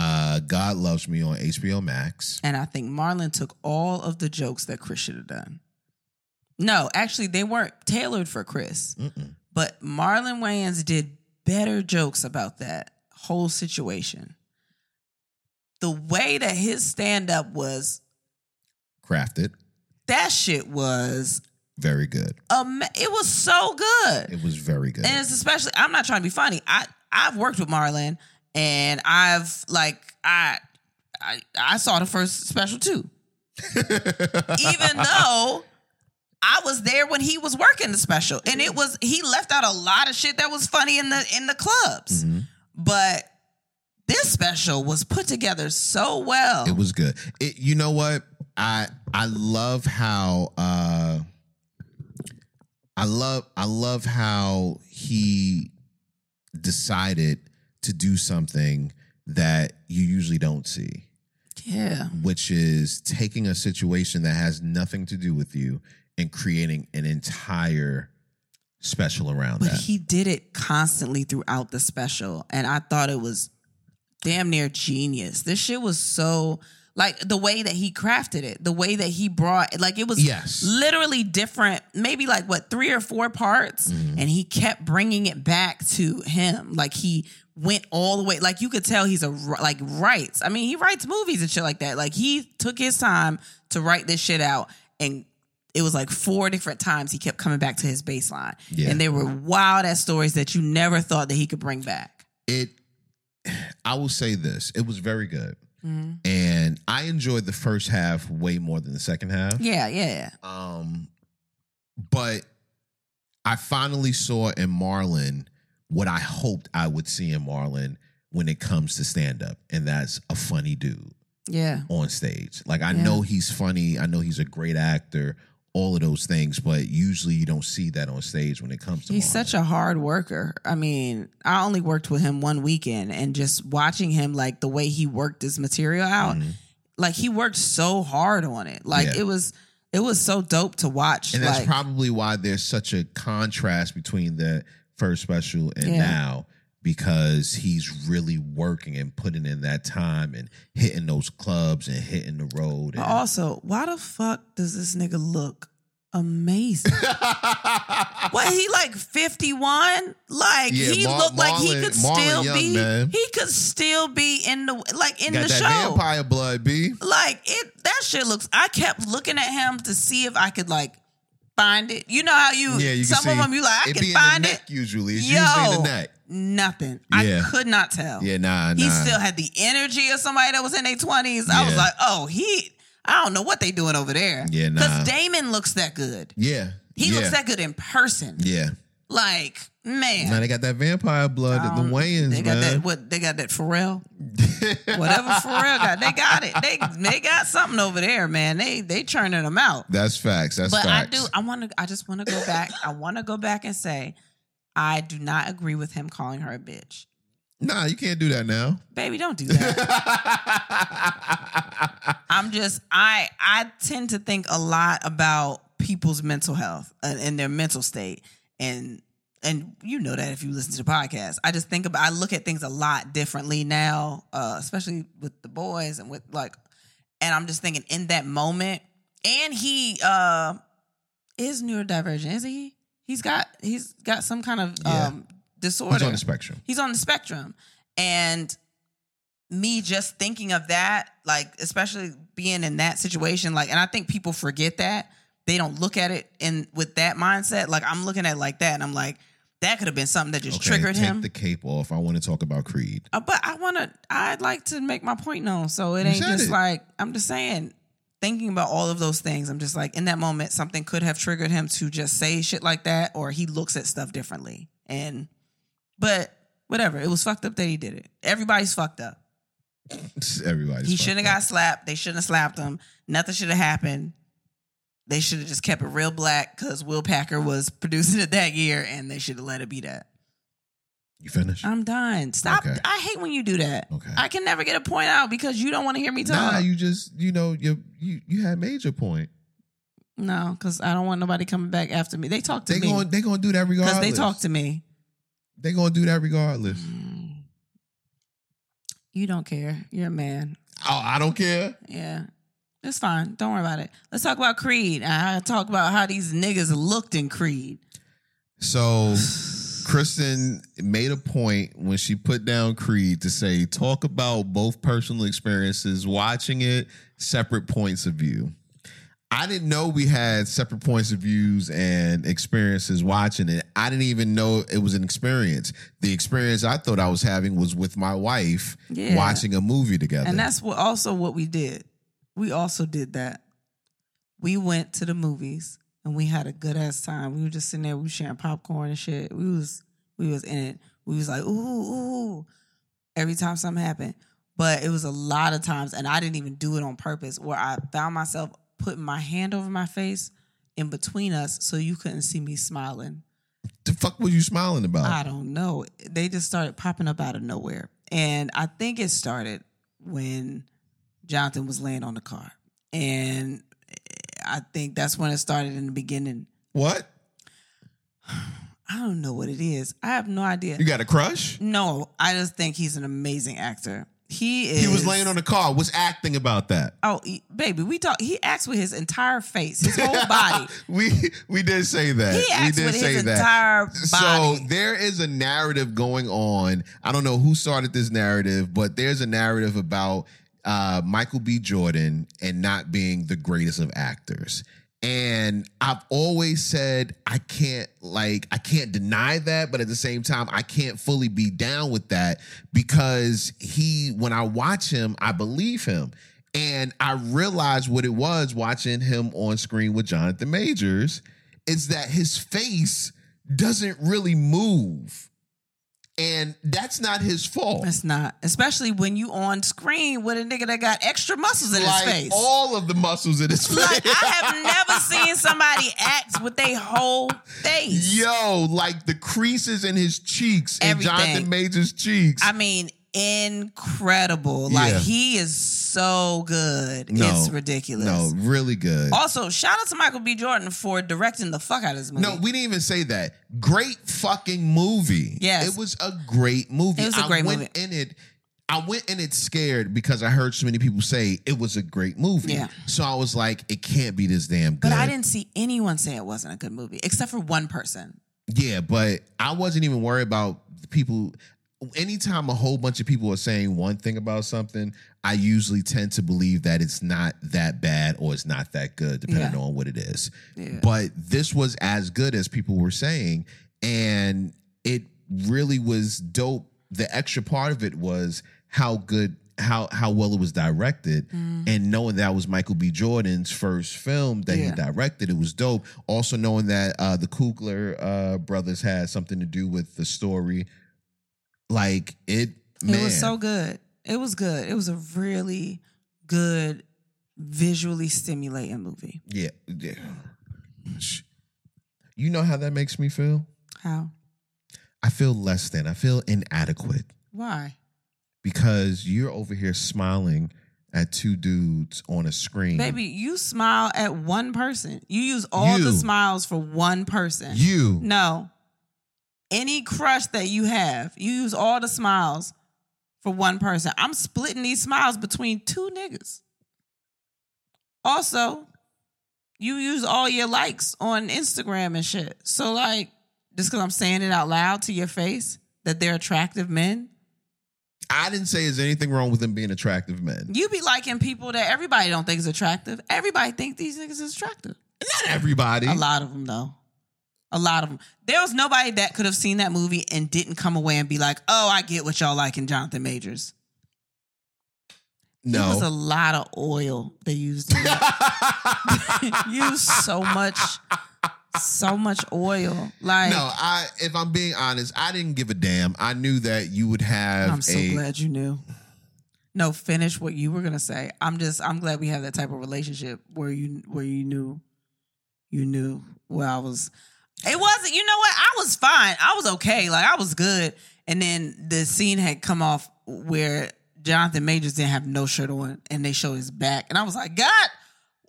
Uh, God loves me on HBO Max. And I think Marlon took all of the jokes that Chris should have done. No, actually, they weren't tailored for Chris. Mm-mm. But Marlon Wayans did better jokes about that whole situation. The way that his stand up was, Crafted, that shit was, very good. um, it was so good. It was very good. And it's especially, I'm not trying to be funny. I, I've worked with Marlon and I've, like, I, I, I saw the first special too. even though I was there when he was working the special, and it was he left out a lot of shit that was funny in the in the clubs, Mhm. but this special was put together so well. It was good. It, you know what? I I love how uh I love I love how he decided to do something that you usually don't see, yeah, which is taking a situation that has nothing to do with you and creating an entire special around but that. he did it constantly throughout the special, and I thought it was damn near genius. This shit was so like the way that he crafted it, the way that he brought like it was yes. literally different, maybe like what three or four parts, Mm-hmm. and he kept bringing it back to him. Like he went all the way. Like you could tell he's a wr- like writes. I mean, he writes movies and shit like that. Like he took his time to write this shit out, and it was like four different times he kept coming back to his baseline, Yeah. and they were wild ass stories that you never thought that he could bring back. it I will say this. It was very good. Mhm. and I enjoyed the first half way more than the second half. Yeah, yeah. Um, but I finally saw in Marlon what I hoped I would see in Marlon when it comes to stand up, and that's a funny dude Yeah. on stage. Like I Yeah. know he's funny, I know he's a great actor, all of those things, but usually you don't see that on stage when it comes to. He's Marlon. such a hard worker. I mean, I only worked with him one weekend and just watching him like the way he worked his material out, Mhm. like he worked so hard on it. Like Yeah. it was it was so dope to watch. And that's like probably why there's such a contrast between the first special and Yeah. now because he's really working and putting in that time and hitting those clubs and hitting the road. but And also, why the fuck does this nigga look amazing? what he like 51? Like Yeah, he Mar- looked like he Marlon- could Marlon still Young, be man. he could still be in the like in got the that show. vampire blood, B. like it that shit looks i kept looking at him to see if i could like find it you know how you, Yeah, you can some of see. them you like i it can be in find the it neck usually. It's usually in yo the neck. nothing Yeah. i could not tell Yeah, nah, nah. he still had the energy of somebody that was in their 20s i was Yeah. like oh he i don't know what they doing over there Yeah, nah. damon looks that good yeah. he yeah. looks that good in person Yeah. like Now man they got that vampire blood at the Um, Wayans, they got man. that what they got that Pharrell, whatever Pharrell got. They got it. They they got something over there, man. They they churning them out. That's facts. That's but facts. I do. I want to. I just want to go back. I want to go back and say, I do not agree with him calling her a bitch. Nah, you can't do that now. Baby, don't do that. I'm just. I I tend to think a lot about people's mental health and, and their mental state, and and you know that if you listen to the podcast, I just think about. I look at things a lot differently now, uh, especially with the boys and with like, and I'm just thinking in that moment. And he uh, is neurodivergent, isn't he? He's got he's got some kind of Yeah. um, disorder. He's on the spectrum. he's on the spectrum and me just thinking of that like especially being in that situation like and i think people forget that they don't look at it in with that mindset like i'm looking at it like that and i'm like that could have been something that just triggered take him the cape off. I want to talk about Creed. Uh, but i want to i'd like to make my point known so it You ain't said just it. like i'm just saying thinking about all of those things i'm just like in that moment something could have triggered him to just say shit like that or he looks at stuff differently and but whatever it was fucked up that he did it everybody's fucked up Everybody's he fucked shouldn't have up. got slapped. They shouldn't have slapped him. Nothing should have happened. They should have just kept it real black because Will Packer was producing it that year, and they should have let it be that. You finished? I'm done. Stop. Okay. I hate when you do that. okay. Uh, I can never get a point out because you don't want to hear me talk. nah, you just you know you you you had major point. no, because I don't want nobody coming back after me. They talk to They me going they going to do that regardless. because they talk to me. They going to do that regardless. Mm. You don't care. You're a man. Oh, I don't care. Yeah. It's fine. Don't worry about it. Let's talk about Creed. I talk about how these niggas looked in Creed. So Kristen made a point when she put down Creed to say talk about both personal experiences, watching it, separate points of view. I didn't know we had separate points of views and experiences watching it. I didn't even know it was an experience. The experience I thought I was having was with my wife Yeah. watching a movie together. And that's what also what we did. We also did that. We went to the movies and we had a good ass time. We were just sitting there, we were sharing popcorn and shit. We was we was in it. We was like, ooh, ooh. Every time something happened. But it was a lot of times, and I didn't even do it on purpose, where I found myself putting my hand over my face in between us so you couldn't see me smiling. the fuck was you smiling about? I don't know. They just started popping up out of nowhere. And I think it started when Jonathan was laying on the car. And I think that's when it started in the beginning. what? I don't know what it is. I have no idea. You got a crush? No, I just think he's an amazing actor. He is. He was laying on the car. What's acting about that? Oh, he- baby, we talk. He acts with his entire face, his whole body. we we did say that. He acts we did with say his that. entire body. So there is a narrative going on. I don't know who started this narrative, but there's a narrative about uh, Michael B. Jordan and not being the greatest of actors. And I've always said I can't like I can't deny that, but at the same time I can't fully be down with that because he when I watch him, I believe him. And I realized what it was watching him on screen with Jonathan Majors is that his face doesn't really move. And that's not his fault. It's not, especially when you on screen with a nigga that got extra muscles in like his face. all of the muscles in his face. like I have never seen somebody act with their whole face. Yo, like the creases in his cheeks, in Everything. Jonathan Major's cheeks. I mean, incredible. Like Yeah. he is so good. No. it's ridiculous. no, really good. Also, shout out to Michael B. Jordan for directing the fuck out of this movie. no, we didn't even say that. Great fucking movie. Yes. It was a great movie. It was a I great went movie. in it. I went in it scared because I heard so many people say it was a great movie. Yeah. So I was like, it can't be this damn good. but I didn't see anyone say it wasn't a good movie, except for one person. Yeah, but I wasn't even worried about people. Anytime a whole bunch of people are saying one thing about something, I usually tend to believe that it's not that bad or it's not that good, depending Yeah. on what it is. Yeah. But this was as good as people were saying, and it really was dope. The extra part of it was how good, how how well it was directed, Mm-hmm. and knowing that was Michael B. Jordan's first film that he Yeah. directed, it was dope. Also knowing that uh, the Kugler uh, brothers had something to do with the story, like it. Man, It was so good. It was good. It was a really good, visually stimulating movie. yeah, yeah. You know how that makes me feel? How? I feel less than. I feel inadequate. Why? because you're over here smiling at two dudes on a screen. Baby, you smile at one person. You use all You. the smiles for one person. you No. Any crush that you have, you use all the smiles for one person. I'm splitting these smiles between two niggas. Also, you use all your likes on Instagram and shit. So, like, just because I'm saying it out loud to your face that they're attractive men, I didn't say there's anything wrong with them being attractive men. you be liking people that everybody don't think is attractive. Everybody think these niggas is attractive. Not everybody. A lot of them, though. A lot of them. There was nobody that could have seen that movie and didn't come away and be like, "Oh, I get what y'all like in Jonathan Majors." There was No. a lot of oil they used. in that. used so much, so much oil. Like, No, I if I'm being honest, I didn't give a damn. I knew that you would have I'm so a glad you knew. No, finish what you were gonna say. I'm just, I'm glad we have that type of relationship where you, where you knew, you knew where I was. It wasn't, you know what? I was fine. I was okay. Like I was good. And then the scene had come off where Jonathan Majors didn't have no shirt on, and they showed his back, and I was like, God,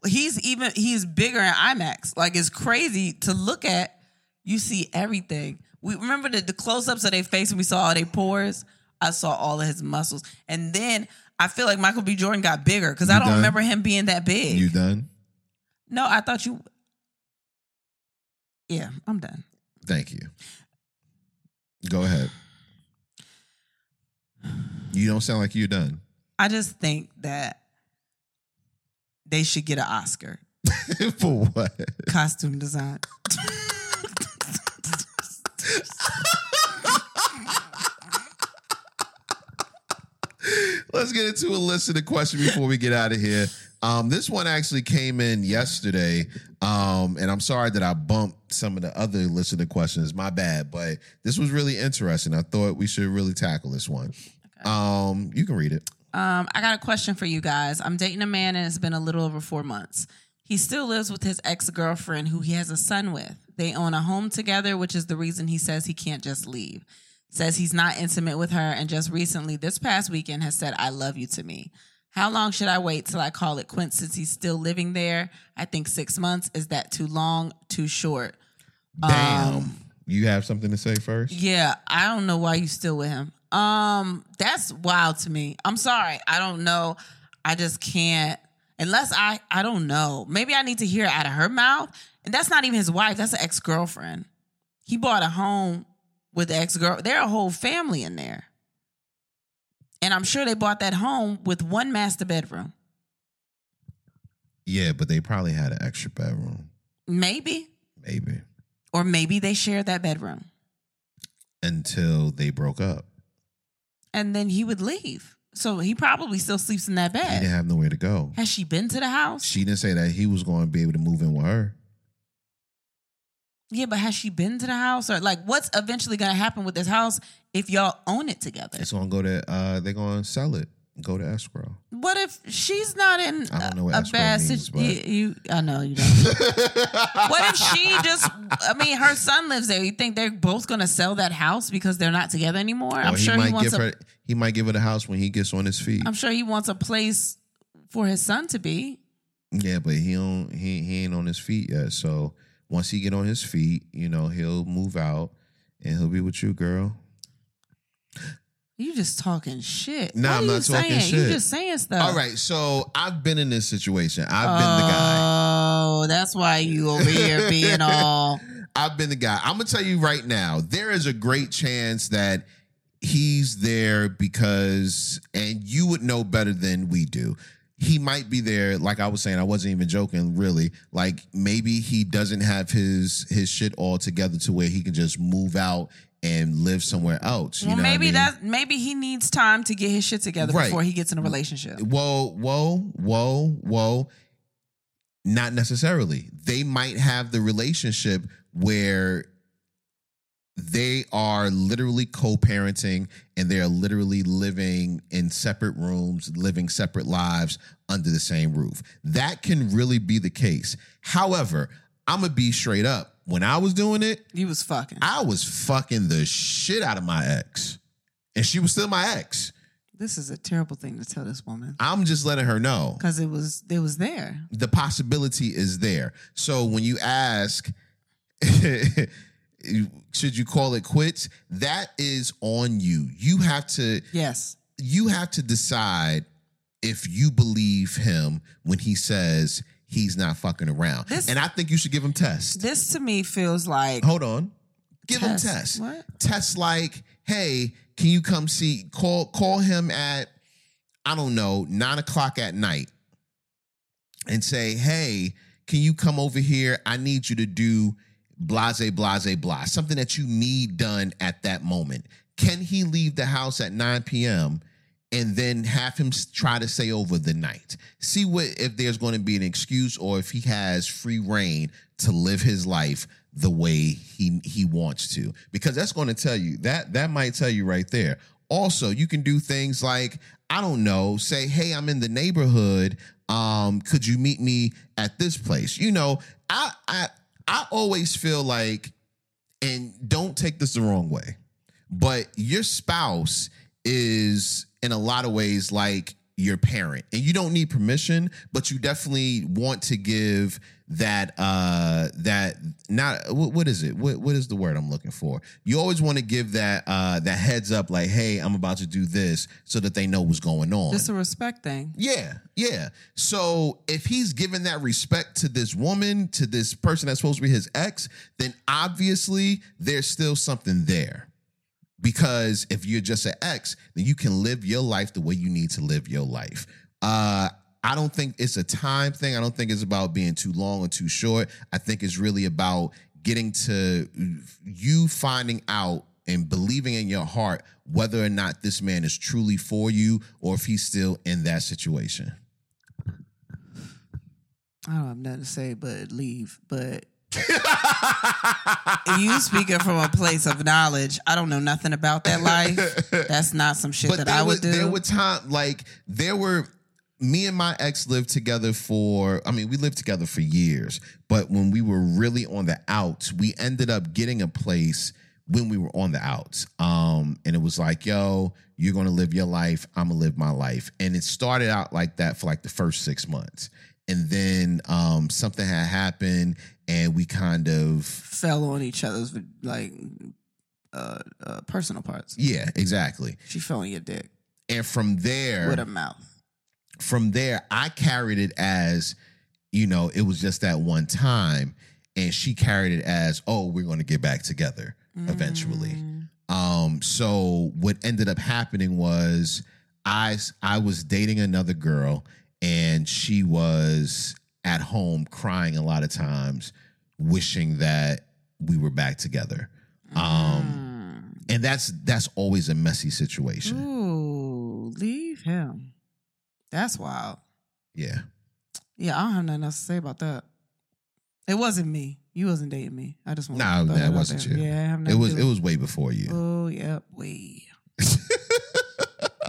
he's even, he's bigger in IMAX. Like it's crazy to look at. You see everything. We remember the, the close ups of their face, and we saw all their pores. I saw all of his muscles, and then I feel like Michael B. Jordan got bigger because I You don't done? remember him being that big. you done? no, I thought you. Yeah, I'm done. Thank you. Go ahead. You don't sound like you're done. I just think that they should get an Oscar For what? costume design. Let's get into a list of the question before we get out of here. Um, this one actually came in yesterday, um, and I'm sorry that I bumped some of the other list of the questions. My bad, but this was really interesting. I thought we should really tackle this one. Um, you can read it. Um, I got a question for you guys. I'm dating a man and it's been a little over four months. He still lives with his ex girlfriend who he has a son with. They own a home together, which is the reason he says he can't just leave. Says he's not intimate with her, and just recently, this past weekend, has said, I love you to me. How long should I wait till I call it quits since he's still living there? I think six months. Is that too long? Too short? Damn, Um, you have something to say first? Yeah, I don't know why you still with him. Um, that's wild to me. I'm sorry. I don't know. I just can't unless I I don't know. Maybe I need to hear it out of her mouth. And that's not even his wife, that's an ex-girlfriend. He bought a home with the ex-girl. They're a whole family in there. And I'm sure they bought that home with one master bedroom. Yeah, but they probably had an extra bedroom, Maybe. maybe, Or maybe they shared that bedroom. until they broke up. And then he would leave. So he probably still sleeps in that He didn't bed. have nowhere to go. Has she been to the house? She didn't say that he was going to be able to move in with her. yeah, but has she been to the house? Or like what's eventually gonna happen with this house if y'all own it together? It's going to go to. Uh, they're going to sell it. Go to escrow. What if she's not in I don't know what a escrow bad means, situation? but- You, I know you don't. what What if she just? I mean, her son lives there. You think they're both gonna sell that house because they're not together anymore? I'm he sure might he wants give a. Um, her. He might give her the house when he gets on his feet. am sure he wants a place for his son to be. Yeah, but he don't he he ain't on his feet yet. So once he get on his feet, you know, he'll move out and he'll be with you, girl. You just talking shit. Nah, What I'm are not you talking saying? shit. You just saying stuff. All right, so I've been in this situation. I've been Uh, the guy. Oh, that's why you over here being all. I've been the guy. I'm gonna tell you right now, there is a great chance that he's there because and you would know better than we do. He might be there, like I was saying, I wasn't even joking, really. Like maybe he doesn't have his his shit all together to where he can just move out and live somewhere else. You Well, know what I maybe mean? that maybe he needs time to get his shit together Right. before he gets in a relationship. Whoa, whoa, whoa, whoa. Not necessarily. They might have the relationship where they are literally co-parenting and they are literally living in separate rooms, living separate lives under the same roof. That can really be the case. However, I'm gonna be straight up. When I was doing it, You was fucking. I was fucking the shit out of my ex. And she was still my ex. this is a terrible thing to tell this woman I'm just letting her know. because it was it was there. the possibility is there. So when you ask, should you call it quits? That is on you. You have to Yes. you have to decide if you believe him when he says he's not fucking around. This- and I think you should give him tests. This to me feels like Hold on. Give Test. him tests. What? Tests like, hey, can you come see call call him at I don't know, nine o'clock at night and say, hey, can you come over here? I need you to do blase, blase, blah. Something that you need done at that moment. Can he leave the house at 9 p.m. and then have him s- try to stay over the night? See what if there's going to be an excuse or if he has free reign to live his life the way he he wants to. Because that's going to tell you that that might tell you right there. Also, you can do things like, I don't know, say, hey, I'm in the neighborhood. Um, could you meet me at this place? You know, I I I always feel like, and don't take this the wrong way, but your spouse is in a lot of ways like your parent. And you don't need permission, but you definitely want to give that uh that not what, what is it? What what is the word I'm looking for? You always want to give that uh that heads up like, "Hey, I'm about to do this" so that they know what's going on. This a respect thing. Yeah, yeah. So if he's giving that respect to this woman, to this person that's supposed to be his ex, then obviously there's still something there. Because if you're just an ex, then you can live your life the way you need to live your life. Uh, I don't think it's a time thing. I don't think it's about being too long or too short. I think it's really about getting to you finding out and believing in your heart whether or not this man is truly for you or if he's still in that situation. I don't have nothing to say but leave. But you speaking from a place of knowledge. I don't know nothing about that life. That's not some shit that there I would was, do. There were time like there were me and my ex lived together for I mean we lived together for years, but when we were really on the outs, we ended up getting a place when we were on the outs. Um and it was like, yo, you're going to live your life, I'm going to live my life. And it started out like that for like the first 6 months. And then um something had happened and we kind of Fell on each other's like uh, uh personal parts. yeah, exactly. She fell on your dick And from there with a mouth. from there, I carried it as, you know, it was just that one time. And she carried it as, oh, we're going to get back together eventually. Mm. Um, so what ended up happening was I I was dating another girl and she was at home crying a lot of times, wishing that we were back together. Um, and that's that's always a messy Mm. situation. Ooh, leave him. That's wild. Yeah. Yeah, I don't have nothing else to say about that. It wasn't me. You wasn't dating me. I just want Nah, to that wasn't you. Yeah, I have It nothing was to it do was way before with- you. Oh yeah, we.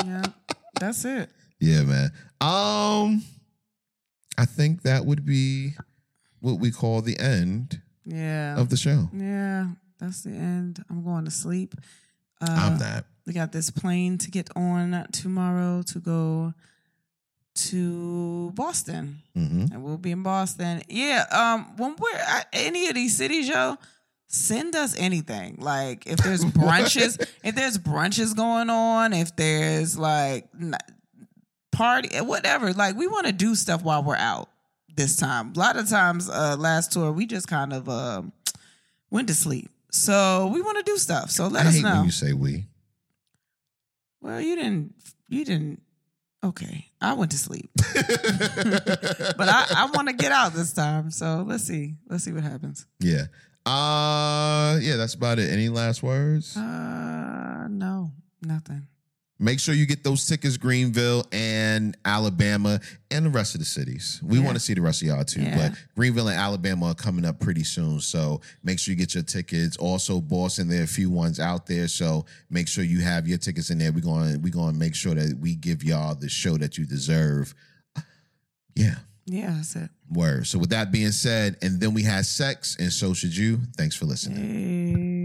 yeah, that's it. Yeah, man. Um I think that would be what we call the end Yeah, of the show. yeah, that's the end. I'm going to sleep. Uh, I'm not. We got this plane to get on tomorrow to go to Boston. hmm And we'll be in Boston. Yeah. Um. When we're at any of these cities, yo, send us anything. Like if there's brunches, if there's brunches going on, if there's like n- party, eh, whatever. Like we want to do stuff while we're out. This time, a lot of times, uh, last tour we just kind of um went to sleep. So we want to do stuff. So let I us hate know. when you say we. Well, you didn't. You didn't. Okay, I went to sleep, but I, I want to get out this time. So let's see. Let's see what happens. Yeah. Uh yeah, that's about it. Any last words? Uh, no, nothing. Make sure you get those tickets, Greenville and Alabama and the rest of the cities. We Yeah. want to see the rest of y'all too, Yeah. but Greenville and Alabama are coming up pretty soon. So make sure you get your tickets. Also, Boston, there are a few ones out there. So make sure you have your tickets in there. We're going we're going to make sure that we give y'all the show that you deserve. Yeah. Yeah, that's it. Word. So with that being said, and then we had sex, and so should you. Thanks for listening. Hey.